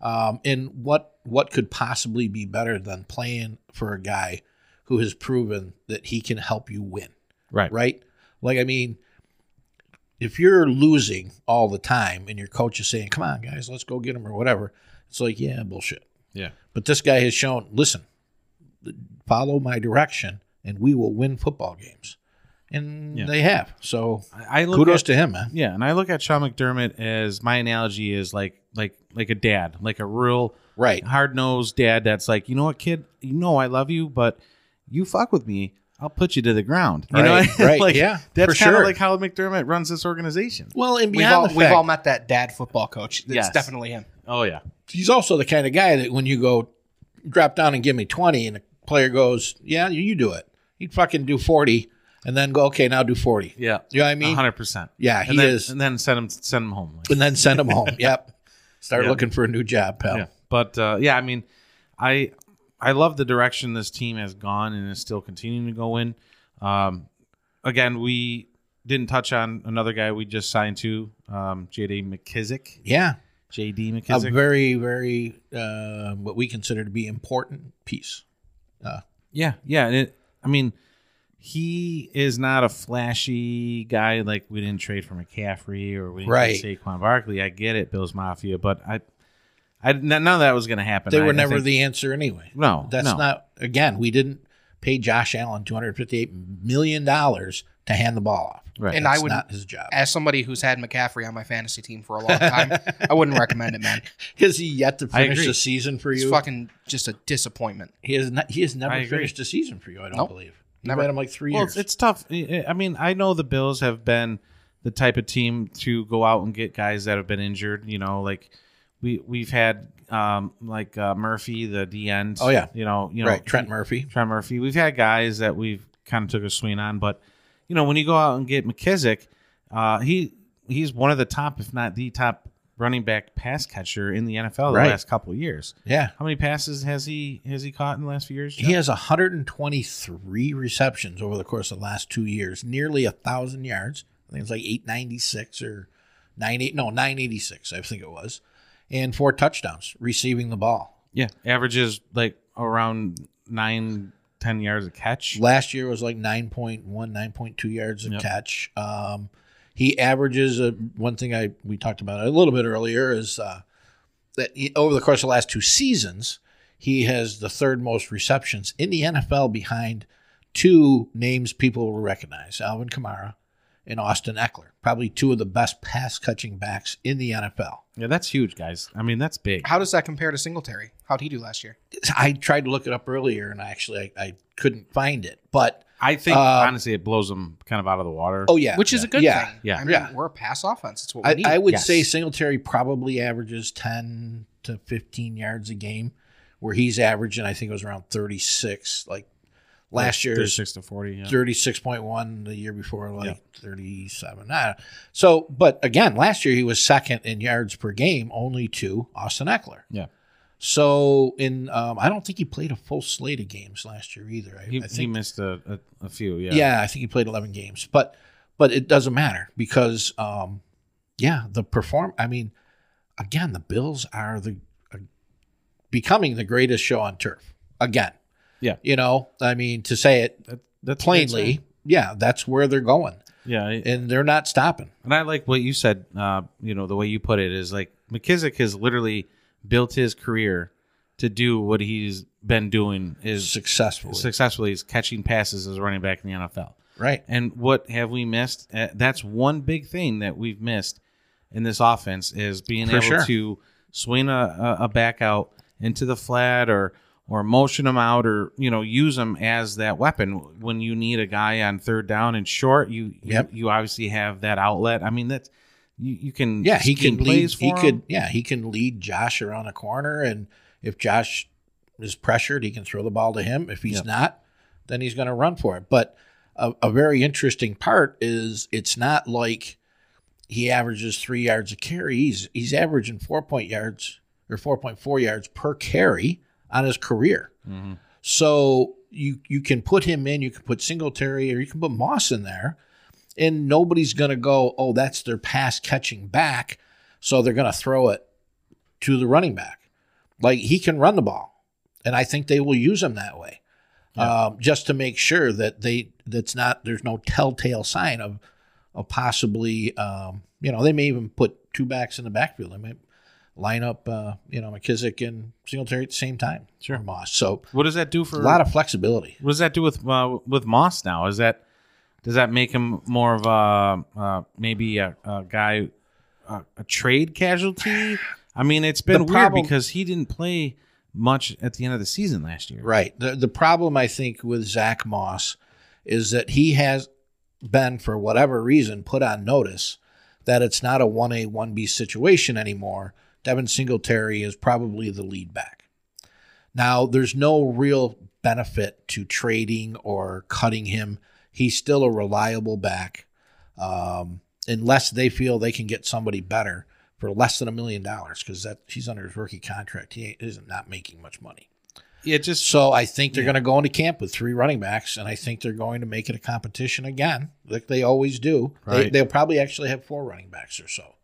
[SPEAKER 3] um, and what what could possibly be better than playing for a guy who has proven that he can help you win,
[SPEAKER 2] right.
[SPEAKER 3] right? Like I mean, if you're losing all the time and your coach is saying, "Come on, guys, let's go get him" or whatever, it's like, yeah, bullshit.
[SPEAKER 2] Yeah.
[SPEAKER 3] But this guy has shown, listen, follow my direction and we will win football games. And
[SPEAKER 2] Yeah.
[SPEAKER 3] they have. So
[SPEAKER 2] I, I look
[SPEAKER 3] kudos
[SPEAKER 2] at,
[SPEAKER 3] to him, man.
[SPEAKER 2] yeah, and I look at Sean McDermott as my analogy is like like like a dad, like a real
[SPEAKER 3] Right.
[SPEAKER 2] hard nosed dad that's like, you know what, kid, you know I love you, but you fuck with me, I'll put you to the ground. You
[SPEAKER 3] Right,
[SPEAKER 2] know,
[SPEAKER 3] right,
[SPEAKER 2] like
[SPEAKER 3] yeah,
[SPEAKER 2] that's
[SPEAKER 3] for
[SPEAKER 2] kind of
[SPEAKER 3] sure.
[SPEAKER 2] like how McDermott runs this organization.
[SPEAKER 3] Well, and
[SPEAKER 1] we've
[SPEAKER 3] beyond
[SPEAKER 1] all,
[SPEAKER 3] the
[SPEAKER 1] we've
[SPEAKER 3] fact,
[SPEAKER 1] all met that dad football coach it's
[SPEAKER 2] Yes.
[SPEAKER 1] definitely him
[SPEAKER 2] Oh yeah,
[SPEAKER 3] he's also the kind of guy that when you go drop down and give me 20 and the player goes, yeah, you, you do it. He'd fucking do 40 and then go, okay, now do 40.
[SPEAKER 2] yeah,
[SPEAKER 3] You know what I mean?
[SPEAKER 2] hundred percent.
[SPEAKER 3] Yeah,
[SPEAKER 2] Uh-huh.
[SPEAKER 3] he
[SPEAKER 2] and then,
[SPEAKER 3] is.
[SPEAKER 2] and then send him send him home. Like,
[SPEAKER 3] And then send him home. Yep. Start
[SPEAKER 2] Yeah.
[SPEAKER 3] looking for a new job, pal.
[SPEAKER 2] yeah. But uh, yeah, I mean, I I love the direction this team has gone and is still continuing to go in. Um, again, we didn't touch on another guy we just signed to, um, JD McKissick.
[SPEAKER 3] Yeah.
[SPEAKER 2] JD
[SPEAKER 3] a
[SPEAKER 2] McKissick.
[SPEAKER 3] very, very uh, what we consider to be important piece.
[SPEAKER 2] yeah, yeah. And it, I mean, he is not a flashy guy like we didn't trade for McCaffrey or we didn't
[SPEAKER 3] Right.
[SPEAKER 2] trade Saquon Barkley. I get it, Bills Mafia, but I I didn't- none of that was going to happen.
[SPEAKER 3] They
[SPEAKER 2] I-
[SPEAKER 3] were
[SPEAKER 2] I
[SPEAKER 3] never
[SPEAKER 2] think-
[SPEAKER 3] the answer anyway.
[SPEAKER 2] No,
[SPEAKER 3] That's
[SPEAKER 2] no.
[SPEAKER 3] not again, we didn't pay Josh Allen two hundred fifty eight million dollars to hand the ball off.
[SPEAKER 2] Right.
[SPEAKER 1] And
[SPEAKER 3] That's
[SPEAKER 1] I would,
[SPEAKER 3] not his job.
[SPEAKER 1] as somebody who's had McCaffrey on my fantasy team for a long time, I wouldn't recommend it, man.
[SPEAKER 3] Has he yet to
[SPEAKER 2] I
[SPEAKER 3] finish
[SPEAKER 2] agree.
[SPEAKER 3] the season for
[SPEAKER 1] It's
[SPEAKER 3] you?
[SPEAKER 1] fucking just a disappointment.
[SPEAKER 3] he has not, he has
[SPEAKER 2] I
[SPEAKER 3] never
[SPEAKER 2] agree.
[SPEAKER 3] finished a season for you, I don't
[SPEAKER 1] Nope.
[SPEAKER 3] believe. Never
[SPEAKER 1] Never.
[SPEAKER 3] had him like three
[SPEAKER 2] Well,
[SPEAKER 3] years.
[SPEAKER 2] it's, it's tough. I I mean, I know the Bills have been the type of team to go out and get guys that have been injured. You know, like we we've had um, like uh, Murphy, the D end.
[SPEAKER 3] Oh, yeah.
[SPEAKER 2] you know, you know,
[SPEAKER 3] right, Trent Murphy.
[SPEAKER 2] Trent Murphy. We've had guys that we've kind of took a swing on, but you know, when you go out and get McKissick, uh, he he's one of the top, if not the top, running back pass catcher in the NFL the
[SPEAKER 3] Right.
[SPEAKER 2] last couple of years.
[SPEAKER 3] Yeah.
[SPEAKER 2] How many passes has he has he caught in the last few years? Jeff?
[SPEAKER 3] He has 123 receptions over the course of the last two years, nearly a thousand yards. I think it's like 896 or 98, no, 986, I think it was, and four touchdowns receiving the ball.
[SPEAKER 2] Yeah, averages like around nine, ten yards a catch.
[SPEAKER 3] Last year was like 9.1, 9.2 yards a
[SPEAKER 2] Yep.
[SPEAKER 3] catch. Um, he averages a, one thing I we talked about a little bit earlier is uh, that he, over the course of the last two seasons, he has the third most receptions in the NFL behind two names people will recognize Alvin Kamara and Austin Eckler, probably two of the best pass catching backs in the NFL.
[SPEAKER 2] Yeah, that's huge, guys. I mean, that's big.
[SPEAKER 1] How does that compare to Singletary? How'd he do last year?
[SPEAKER 3] I tried to look it up earlier and I actually I, I couldn't find it, but
[SPEAKER 2] I think
[SPEAKER 3] Um,
[SPEAKER 2] honestly, it blows them kind of out of the water.
[SPEAKER 3] oh yeah,
[SPEAKER 1] Which is a good
[SPEAKER 3] Yeah.
[SPEAKER 1] thing.
[SPEAKER 2] Yeah.
[SPEAKER 1] I mean,
[SPEAKER 3] Yeah.
[SPEAKER 1] we're a pass offense. It's what we
[SPEAKER 3] I,
[SPEAKER 1] need.
[SPEAKER 3] I would
[SPEAKER 2] Yes.
[SPEAKER 3] say Singletary probably averages 10 to 15 yards a game, where he's averaging, I think it was around 36, like last year's
[SPEAKER 2] six to forty. Yeah.
[SPEAKER 3] 36.1, the year before, like 37. I don't- so, but again, last year he was second in yards per game, only to Austin Eckler.
[SPEAKER 2] Yeah.
[SPEAKER 3] So, in, um, I don't think he played a full slate of games last year either. I,
[SPEAKER 2] He,
[SPEAKER 3] I think
[SPEAKER 2] he missed a, a, a few. Yeah.
[SPEAKER 3] yeah. I think he played 11 games, but but it doesn't matter because um yeah, the perform I mean again, the Bills are the are becoming the greatest show on turf again.
[SPEAKER 2] Yeah.
[SPEAKER 3] You know, I mean to say it
[SPEAKER 2] That, that's
[SPEAKER 3] plainly, yeah, that's where they're going
[SPEAKER 2] Yeah. I-
[SPEAKER 3] and they're not stopping.
[SPEAKER 2] And I like what you said. Uh, you know, the way you put it is like McKissick has literally built his career to do what he's been doing is
[SPEAKER 3] Successfully.
[SPEAKER 2] successfully is catching passes as a running back in the NFL.
[SPEAKER 3] right.
[SPEAKER 2] And what have we missed? Uh, that's one big thing that we've missed in this offense is being
[SPEAKER 3] For
[SPEAKER 2] able
[SPEAKER 3] sure.
[SPEAKER 2] to swing a, a, a back out into the flat or or motion them out or you know use them as that weapon when you need a guy on third down and short. You you-
[SPEAKER 3] Yep.
[SPEAKER 2] you, obviously have that outlet. I mean that's you, you can
[SPEAKER 3] Yeah, he
[SPEAKER 2] scheme
[SPEAKER 3] can lead
[SPEAKER 2] for
[SPEAKER 3] he
[SPEAKER 2] him.
[SPEAKER 3] could yeah, he can lead Josh around a corner and if Josh is pressured, he can throw the ball to him. If he's
[SPEAKER 2] Yep.
[SPEAKER 3] not, then he's going to run for it. But a, a very interesting part is it's not like he averages three yards a carry. He's he's averaging four point yards or four point four yards per carry on his career.
[SPEAKER 2] Mhm.
[SPEAKER 3] So you you can put him in, you can put Singletary or you can put Moss in there, and nobody's gonna go, oh, that's their pass catching back, so they're gonna throw it to the running back. Like he can run the ball, and I think they will use him that way,
[SPEAKER 2] Yeah.
[SPEAKER 3] um, just to make sure that they that's not there's no telltale sign of of possibly um, you know they may even put two backs in the backfield. They might line up uh, you know McKissick and Singletary at the same time.
[SPEAKER 2] Sure.
[SPEAKER 3] or Moss. So
[SPEAKER 2] What does that do for
[SPEAKER 3] a lot of flexibility.
[SPEAKER 2] What does that do with uh, with Moss now? Is that does that make him more of a uh, maybe a, a guy a, a trade casualty? I mean, it's been
[SPEAKER 3] The
[SPEAKER 2] weird
[SPEAKER 3] problem-
[SPEAKER 2] because he didn't play much at the end of the season last year.
[SPEAKER 3] Right. The the problem I think with Zach Moss is that he has been for whatever reason put on notice that it's not a one A one B situation anymore. Devin Singletary is probably the lead back. Now there's no real benefit to trading or cutting him. He's still a reliable back, um, unless they feel they can get somebody better for less than a million dollars because that he's under his rookie contract. He ain't- isn't not making much money.
[SPEAKER 2] It just
[SPEAKER 3] So I think they're going to go into camp with three running backs, and I think they're going to make it a competition again, like they always do. They,
[SPEAKER 2] Right.
[SPEAKER 3] they'll probably actually have four running backs or so.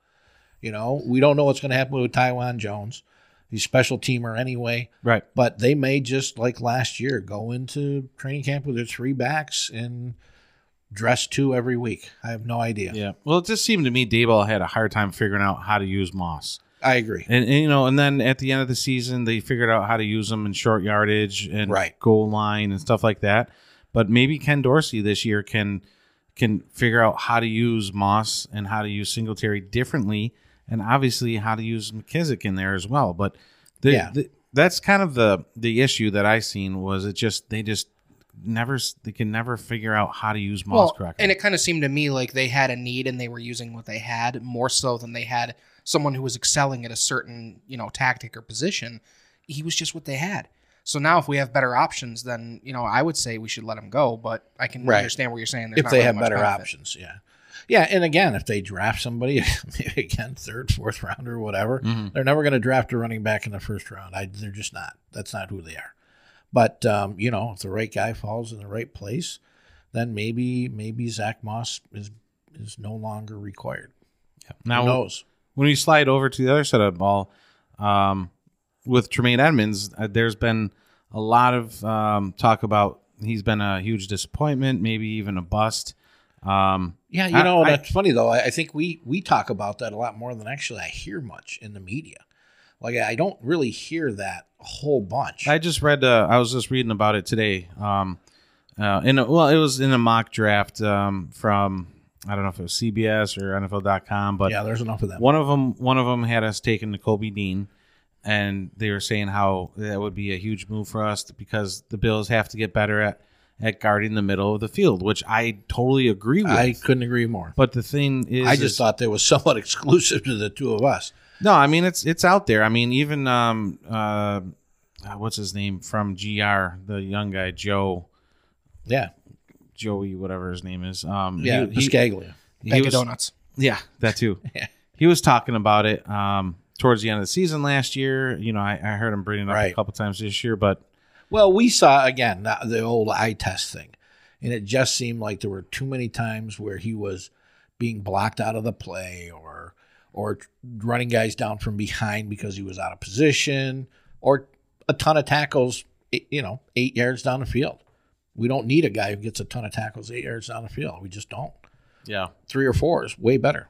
[SPEAKER 3] You know, we don't know what's going to happen with Taiwan Jones. He's special teamer anyway,
[SPEAKER 2] right.
[SPEAKER 3] but they may just like last year go into training camp with their three backs and dress two every week. I have no idea.
[SPEAKER 2] Yeah. Well, it just seemed to me Dayball had a hard time figuring out how to use Moss.
[SPEAKER 3] I agree.
[SPEAKER 2] And, and, you know, and then at the end of the season, they figured out how to use them in short yardage and
[SPEAKER 3] Right.
[SPEAKER 2] goal line and stuff like that. But maybe Ken Dorsey this year can can figure out how to use Moss and how to use Singletary differently, and obviously how to use McKissick in there as well. But the,
[SPEAKER 3] Yeah.
[SPEAKER 2] the- that's kind of the the issue that I seen was it just they just never s- they can never figure out how to use Moss
[SPEAKER 1] Well,
[SPEAKER 2] correctly.
[SPEAKER 1] and it kind of seemed to me like they had a need and they were using what they had more so than they had someone who was excelling at a certain you know tactic or position. He was just what they had. So now, if we have better options, then you know I would say we should let him go. But I can
[SPEAKER 3] Right.
[SPEAKER 1] understand what you're saying. There's
[SPEAKER 3] if
[SPEAKER 1] not
[SPEAKER 3] they
[SPEAKER 1] really
[SPEAKER 3] have
[SPEAKER 1] much
[SPEAKER 3] better
[SPEAKER 1] benefit.
[SPEAKER 3] options, yeah, yeah. And again, if they draft somebody, maybe again third, fourth round or whatever,
[SPEAKER 2] Mhm.
[SPEAKER 3] they're never going to draft a running back in the first round. I, they're just not. That's not who they are. But um, you know, if the right guy falls in the right place, then maybe maybe Zach Moss is is no longer required.
[SPEAKER 2] now
[SPEAKER 3] who knows?
[SPEAKER 2] when you slide over to the other side of the ball, um, with Tremaine Edmonds, uh, there's been a lot of um, talk about he's been a huge disappointment, maybe even a bust. Um,
[SPEAKER 3] Yeah, you
[SPEAKER 2] I-
[SPEAKER 3] know,
[SPEAKER 2] I-
[SPEAKER 3] that's funny though. I, I think we we talk about that a lot more than actually I hear much in the media. Like I don't really hear that a whole bunch.
[SPEAKER 2] I just read. Uh, I was just reading about it today. Um, uh, in a, well, it was in a mock draft um, from I don't know if it was CBS or NFL.com, but
[SPEAKER 3] yeah, there's enough of that.
[SPEAKER 2] One of them, one of them had us taking Nicobe Dean, and they were saying how that would be a huge move for us because the Bills have to get better at at guarding the middle of the field, which I totally agree with.
[SPEAKER 3] I couldn't agree more.
[SPEAKER 2] but the thing is,
[SPEAKER 3] I
[SPEAKER 2] is-
[SPEAKER 3] just thought that was somewhat exclusive to the two of us.
[SPEAKER 2] no, I mean it's it's out there. I mean even um uh, uh, what's his name from GR, the young guy Joe
[SPEAKER 3] Yeah,
[SPEAKER 2] Joey whatever his name is. Um,
[SPEAKER 3] yeah,
[SPEAKER 2] he, he,
[SPEAKER 3] Biscaglia.
[SPEAKER 2] he
[SPEAKER 1] Bag of
[SPEAKER 2] was-
[SPEAKER 1] donuts.
[SPEAKER 2] Yeah, that too.
[SPEAKER 3] Yeah.
[SPEAKER 2] He was talking about it um, towards the end of the season last year. You know, I, I heard him bringing it up a
[SPEAKER 3] Right.
[SPEAKER 2] couple times this year, but
[SPEAKER 3] Well, we saw again the, the old eye test thing, and it just seemed like there were too many times where he was being blocked out of the play or or running guys down from behind because he was out of position or a ton of tackles, i- you know, 8 yards down the field. We don't need a guy who gets a ton of tackles 8 yards down the field. We just don't.
[SPEAKER 2] yeah,
[SPEAKER 3] 3 or 4 is way better.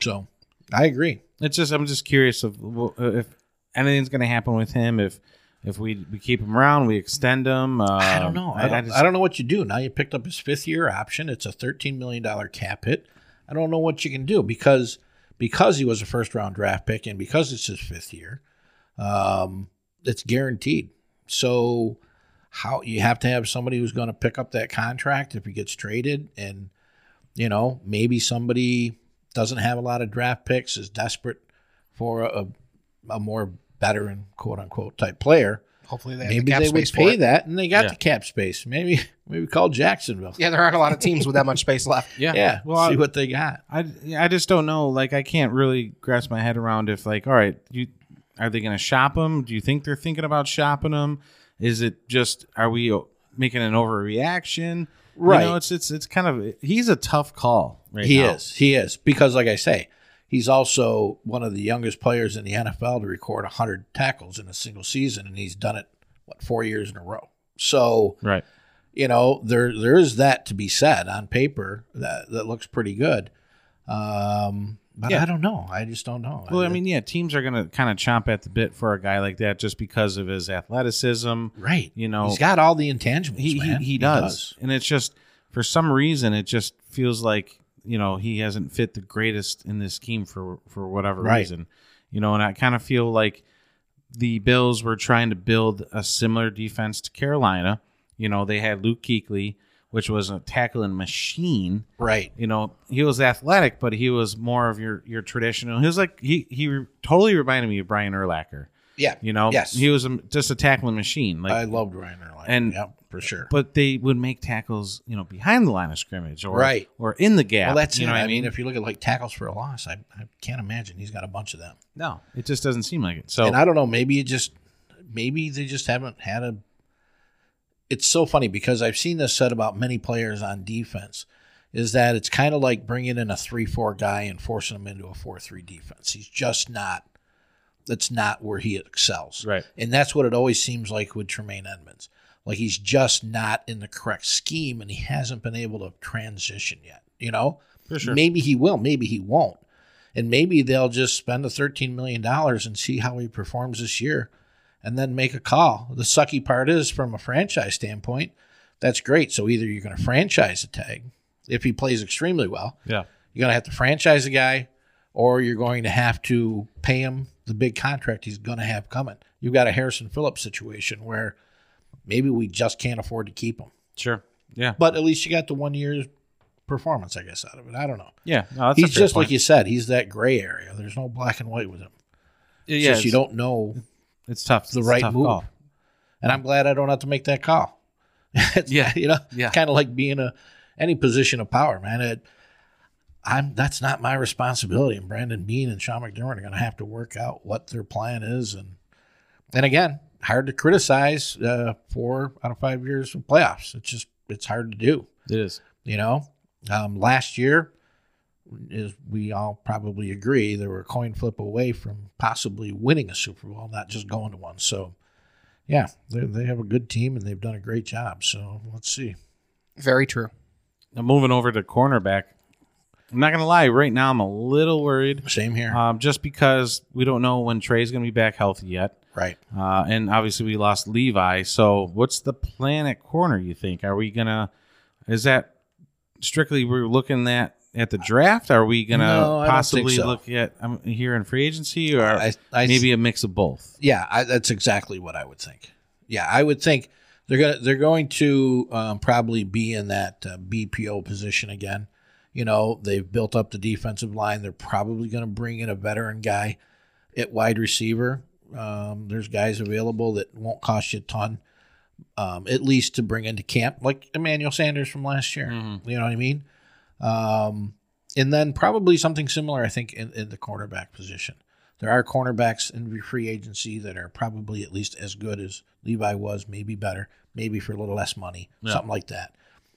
[SPEAKER 3] So, I agree.
[SPEAKER 2] it's just I'm just curious of well, uh, if anything's going to happen with him if if we we keep him around, we extend him. Uh,
[SPEAKER 3] I don't know. Um, I don't, I,
[SPEAKER 2] just-
[SPEAKER 3] don't know what you do. Now you picked up his fifth year option. It's a $13 million cap hit. I don't know what you can do because because he was a first round draft pick and because it's his fifth year, um, it's guaranteed. So how you have to have somebody who's going to pick up that contract if he gets traded and you know maybe somebody doesn't have a lot of draft picks is desperate for a, a more veteran quote unquote type player
[SPEAKER 1] Hopefully they have the
[SPEAKER 3] maybe
[SPEAKER 1] cap
[SPEAKER 3] they would
[SPEAKER 1] space
[SPEAKER 3] pay
[SPEAKER 1] for it.
[SPEAKER 3] that, and they got
[SPEAKER 2] Yeah.
[SPEAKER 3] the cap space. Maybe maybe call Jacksonville.
[SPEAKER 1] Yeah, there aren't a lot of teams with that much space left.
[SPEAKER 2] yeah,
[SPEAKER 3] yeah.
[SPEAKER 2] Well, I-
[SPEAKER 3] see what they got.
[SPEAKER 2] I, yeah, I just don't know. Like, I can't really grasp my head around if, like, all right, you are they going to shop them? Do you think they're thinking about shopping them? Is it just are we o- making an overreaction?
[SPEAKER 3] Right.
[SPEAKER 2] You know, it's it's it's kind of he's a tough call. Right
[SPEAKER 3] He
[SPEAKER 2] now.
[SPEAKER 3] is. He is because, like I say, he's also one of the youngest players in the NFL to record 100 tackles in a single season, and he's done it what four years in a row. So
[SPEAKER 2] Right.
[SPEAKER 3] you know there there is that to be said on paper that that looks pretty good. Um, but
[SPEAKER 2] Yeah.
[SPEAKER 3] I don't know. I just don't know. Uh,
[SPEAKER 2] Well, I mean, yeah, teams are going to kind of chomp at the bit for a guy like that just because of his athleticism.
[SPEAKER 3] right?
[SPEAKER 2] You know,
[SPEAKER 3] he's got all the intangibles.
[SPEAKER 2] he, he,
[SPEAKER 3] man.
[SPEAKER 2] he does. And it's just for some reason it just feels like, you know, he hasn't fit the greatest in this scheme for for whatever
[SPEAKER 3] Right.
[SPEAKER 2] reason. You know, and I kind of feel like the Bills were trying to build a similar defense to Carolina. You know, they had Luke Kuechly, which was a tackling machine.
[SPEAKER 3] Right.
[SPEAKER 2] You know, he was athletic, but he was more of your your traditional. He was like he he totally reminded me of Brian Urlacher.
[SPEAKER 3] Yeah.
[SPEAKER 2] You know,
[SPEAKER 3] Yes.
[SPEAKER 2] he was a, just a tackling machine. Like
[SPEAKER 3] I loved Ryan Erlacher.
[SPEAKER 2] And-
[SPEAKER 3] yeah, for sure.
[SPEAKER 2] but they would make tackles, you know, behind the line of scrimmage or
[SPEAKER 3] Right.
[SPEAKER 2] or in the gap.
[SPEAKER 3] well, that's
[SPEAKER 2] you know
[SPEAKER 3] it.
[SPEAKER 2] what
[SPEAKER 3] I mean, if you look at like tackles for a loss, I, I can't imagine he's got a bunch of them.
[SPEAKER 2] no, it just doesn't seem like it. So
[SPEAKER 3] And I don't know. Maybe it just maybe they just haven't had a. It's so funny because I've seen this said about many players on defense, is that it's kind of like bringing in a three-four guy and forcing him into a four-three defense. He's just not. That's not where he excels.
[SPEAKER 2] right,
[SPEAKER 3] And that's what it always seems like with Tremaine Edmonds. Like he's just not in the correct scheme and he hasn't been able to transition yet, you know?
[SPEAKER 2] for sure.
[SPEAKER 3] Maybe he will, maybe he won't. And maybe they'll just spend the $13 million and see how he performs this year and then make a call. The sucky part is, from a franchise standpoint, that's great. So either you're going to franchise the tag if he plays extremely well,
[SPEAKER 2] Yeah.
[SPEAKER 3] you're going to have to franchise the guy or you're going to have to pay him the big contract he's going to have coming. You've got a Harrison Phillips situation where maybe we just can't afford to keep him.
[SPEAKER 2] Sure. Yeah.
[SPEAKER 3] But at least you got the one year's performance, I guess, out of it. I don't know.
[SPEAKER 2] Yeah. No, that's a
[SPEAKER 3] he's
[SPEAKER 2] fair
[SPEAKER 3] just
[SPEAKER 2] point.
[SPEAKER 3] like you said, he's that gray area. There's no black and white with him.
[SPEAKER 2] Yeah,
[SPEAKER 3] It's
[SPEAKER 2] yeah,
[SPEAKER 3] just you
[SPEAKER 2] it's-
[SPEAKER 3] don't know
[SPEAKER 2] It's tough.
[SPEAKER 3] the
[SPEAKER 2] It's a
[SPEAKER 3] right
[SPEAKER 2] tough
[SPEAKER 3] move.
[SPEAKER 2] call.
[SPEAKER 3] And I'm glad I don't have to make that call. It's-
[SPEAKER 2] Yeah.
[SPEAKER 3] You know,
[SPEAKER 2] Yeah.
[SPEAKER 3] kind of like being a any position of power, man. It, I'm that's not my responsibility. And Brandon Bean and Sean McDermott are going to have to work out what their plan is. And and again, hard to criticize uh, four out of five years of playoffs. It's just it's hard to do.
[SPEAKER 2] It is.
[SPEAKER 3] You know, um, last year, as we all probably agree, they were a coin flip away from possibly winning a Super Bowl, not just going to one. So, yeah, they, they have a good team and they've done a great job. So let's see.
[SPEAKER 1] Very true.
[SPEAKER 2] Now moving over to cornerback. I'm not gonna lie. Right now, I'm a little worried,
[SPEAKER 3] Same here,
[SPEAKER 2] um, just because we don't know when Trey's gonna be back healthy yet,
[SPEAKER 3] right?
[SPEAKER 2] uh, and obviously we lost Levi. So, what's the plan at corner? You think are we gonna? Is that strictly we're looking at at the draft? Are we gonna
[SPEAKER 3] No, I don't think
[SPEAKER 2] possibly
[SPEAKER 3] so.
[SPEAKER 2] look at um, here in free agency, or
[SPEAKER 3] I, I
[SPEAKER 2] maybe a mix of both?
[SPEAKER 3] Yeah, I, that's exactly what I would think. Yeah, I would think they're gonna they're going to um, probably be in that uh, BPO position again. You know, they've built up the defensive line. They're probably going to bring in a veteran guy at wide receiver. Um, there's guys available that won't cost you a ton, um, at least to bring into camp, like Emmanuel Sanders from last year.
[SPEAKER 2] Mhm.
[SPEAKER 3] You know what I mean? Um, and then probably something similar, I think, in, in the cornerback position. There are cornerbacks in free agency that are probably at least as good as Levi was, maybe better, maybe for a little less money,
[SPEAKER 2] Yeah.
[SPEAKER 3] something like that.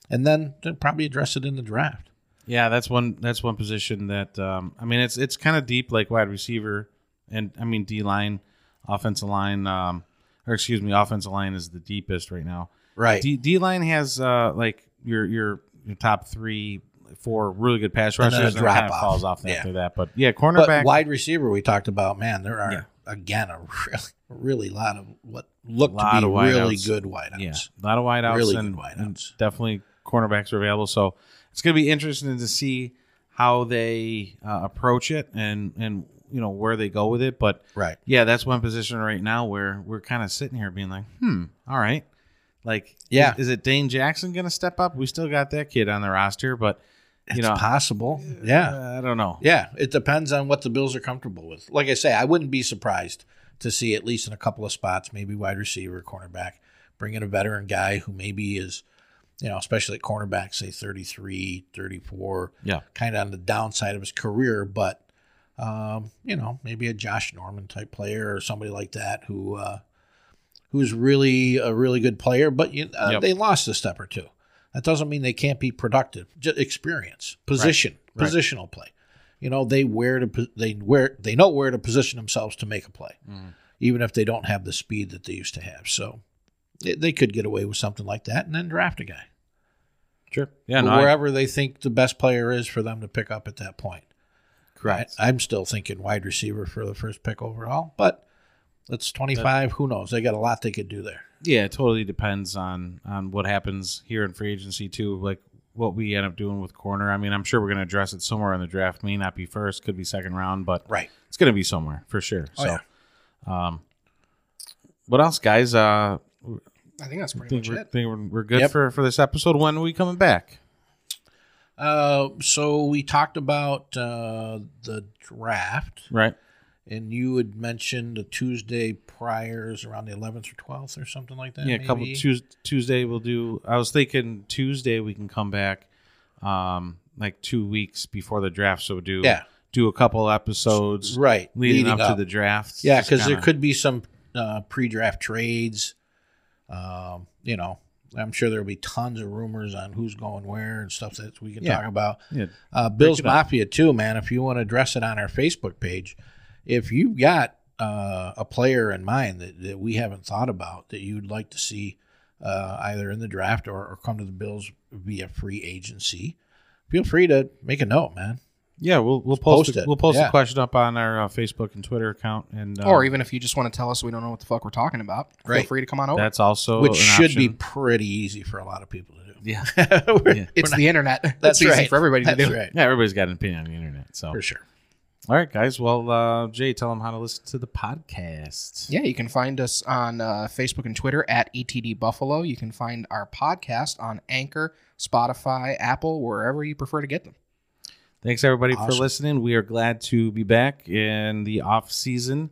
[SPEAKER 3] And then they'll probably address it in the draft.
[SPEAKER 2] Yeah, that's one. That's one position that um, I mean, it's it's kind of deep, like wide receiver, and I mean D line, offensive line, um, or excuse me, offensive line is the deepest right now.
[SPEAKER 3] Right.
[SPEAKER 2] D D line has uh, like your your your top three, four really good pass
[SPEAKER 3] And
[SPEAKER 2] rushers,
[SPEAKER 3] then
[SPEAKER 2] and it
[SPEAKER 3] a
[SPEAKER 2] kind of
[SPEAKER 3] drop-off.
[SPEAKER 2] falls off
[SPEAKER 3] Yeah.
[SPEAKER 2] after that. But yeah,
[SPEAKER 3] But
[SPEAKER 2] cornerback.
[SPEAKER 3] wide receiver, we talked about, man, there are,
[SPEAKER 2] Yeah.
[SPEAKER 3] again, a really, really lot of what look to
[SPEAKER 2] Lot
[SPEAKER 3] be
[SPEAKER 2] of wideouts.
[SPEAKER 3] really good wideouts.
[SPEAKER 2] yeah, a lot of wideouts,
[SPEAKER 3] Really
[SPEAKER 2] and,
[SPEAKER 3] good wideouts.
[SPEAKER 2] and definitely cornerbacks are available. So it's going to be interesting to see how they uh, approach it and and you know where they go with it, but.
[SPEAKER 3] Right.
[SPEAKER 2] yeah, that's one position right now where we're kind of sitting here being like, hmm, all right. Like,
[SPEAKER 3] Yeah.
[SPEAKER 2] is, is it Dane Jackson going to step up? We still got that kid on the roster, but
[SPEAKER 3] It's
[SPEAKER 2] you know,
[SPEAKER 3] possible. Yeah.
[SPEAKER 2] uh, I don't know.
[SPEAKER 3] Yeah, it depends on what the Bills are comfortable with. Like I say, I wouldn't be surprised to see at least in a couple of spots, maybe wide receiver, cornerback, bring in a veteran guy who maybe is, you know, especially at cornerback, say 33, 34,
[SPEAKER 2] Yeah.
[SPEAKER 3] kind of on the downside of his career, but, um, you know, maybe a Josh Norman type player or somebody like that who, uh, who's really a really good player, but you, uh,
[SPEAKER 2] Yep.
[SPEAKER 3] they lost a step or two. That doesn't mean they can't be productive. Just experience, position,
[SPEAKER 2] Right.
[SPEAKER 3] positional play. You know, they where to po- they where they know where to position themselves to make a play,
[SPEAKER 2] Mhm.
[SPEAKER 3] even if they don't have the speed that they used to have. So they, they could get away with something like that and then draft a guy
[SPEAKER 2] Sure. Yeah, no,
[SPEAKER 3] Or
[SPEAKER 2] I-
[SPEAKER 3] wherever they think the best player is for them to pick up at that point.
[SPEAKER 2] correct.
[SPEAKER 3] I, am still thinking wide receiver for the first pick overall, but that's 25. who knows? They got a lot they could do there.
[SPEAKER 2] yeah, it totally depends on on what happens here in free agency too, like what we end up doing with corner. I mean, I'm sure we're going to address it somewhere in the draft. May not be first, could be second round, but
[SPEAKER 3] Right.
[SPEAKER 2] it's going to be somewhere for sure.
[SPEAKER 3] Oh,
[SPEAKER 2] so, um, what else, guys? Uh,
[SPEAKER 1] I think that's pretty
[SPEAKER 2] think
[SPEAKER 1] much
[SPEAKER 2] we're,
[SPEAKER 1] it.
[SPEAKER 2] think we're, we're good
[SPEAKER 3] Yep.
[SPEAKER 2] for, for this episode. When are we coming back?
[SPEAKER 3] Uh, so we talked about uh, the draft,
[SPEAKER 2] Right.
[SPEAKER 3] and you had mentioned the Tuesday priors around the 11th or 12th or something like that.
[SPEAKER 2] yeah, a couple
[SPEAKER 3] Uh, maybe?
[SPEAKER 2] Tues Tuesday we'll do. I was thinking Tuesday we can come back, um, like two weeks before the draft. So we'll do
[SPEAKER 3] Yeah.
[SPEAKER 2] do a couple episodes
[SPEAKER 3] right
[SPEAKER 2] leading, up, to the draft.
[SPEAKER 3] yeah,
[SPEAKER 2] Just
[SPEAKER 3] because there
[SPEAKER 2] kinda-
[SPEAKER 3] could be some uh, pre-draft trades. Um, you know, I'm sure there'll be tons of rumors on who's going where and stuff that we can
[SPEAKER 2] Yeah.
[SPEAKER 3] talk about.
[SPEAKER 2] yeah,
[SPEAKER 3] Uh, Bill's
[SPEAKER 2] it up.
[SPEAKER 3] Mafia too, man. If you want to address it on our Facebook page, if you've got uh, a player in mind that, that we haven't thought about that you'd like to see uh, either in the draft or, or come to the Bills via free agency, feel free to make a note, man.
[SPEAKER 2] Yeah, we'll we'll post,
[SPEAKER 3] post
[SPEAKER 2] a-
[SPEAKER 3] it.
[SPEAKER 2] we'll post
[SPEAKER 3] Yeah.
[SPEAKER 2] a question up on our uh, Facebook and Twitter account, and uh,
[SPEAKER 1] or even if you just want to tell us we don't know what the fuck we're talking about, feel
[SPEAKER 3] Right.
[SPEAKER 1] free to come on over.
[SPEAKER 2] that's also
[SPEAKER 3] which
[SPEAKER 2] Oh, an
[SPEAKER 3] should be
[SPEAKER 2] option.
[SPEAKER 3] pretty easy for a lot of people to do.
[SPEAKER 2] yeah
[SPEAKER 3] We're-
[SPEAKER 2] Yeah.
[SPEAKER 1] it's the internet.
[SPEAKER 3] That's
[SPEAKER 1] That's easy
[SPEAKER 3] right.
[SPEAKER 1] for everybody to
[SPEAKER 3] that's
[SPEAKER 1] do.
[SPEAKER 3] right.
[SPEAKER 2] yeah Oh. everybody's got an opinion on the internet. So
[SPEAKER 3] For sure.
[SPEAKER 2] all right, guys. Well, uh, Jay, tell them how to listen to the podcast.
[SPEAKER 1] Yeah, you can find us on uh, Facebook and Twitter at ETD Buffalo. You can find our podcast on Anchor, Spotify, Apple, wherever you prefer to get them.
[SPEAKER 2] Thanks everybody for
[SPEAKER 3] Awesome.
[SPEAKER 2] listening. We are glad to be back in the off season,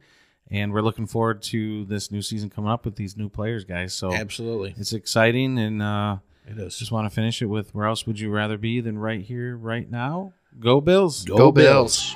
[SPEAKER 2] and we're looking forward to this new season coming up with these new players, guys. So
[SPEAKER 3] Absolutely.
[SPEAKER 2] it's exciting, and uh,
[SPEAKER 3] It is.
[SPEAKER 2] just want to finish it with where else would you rather be than right here, right now? Go Bills!
[SPEAKER 1] Go Bills.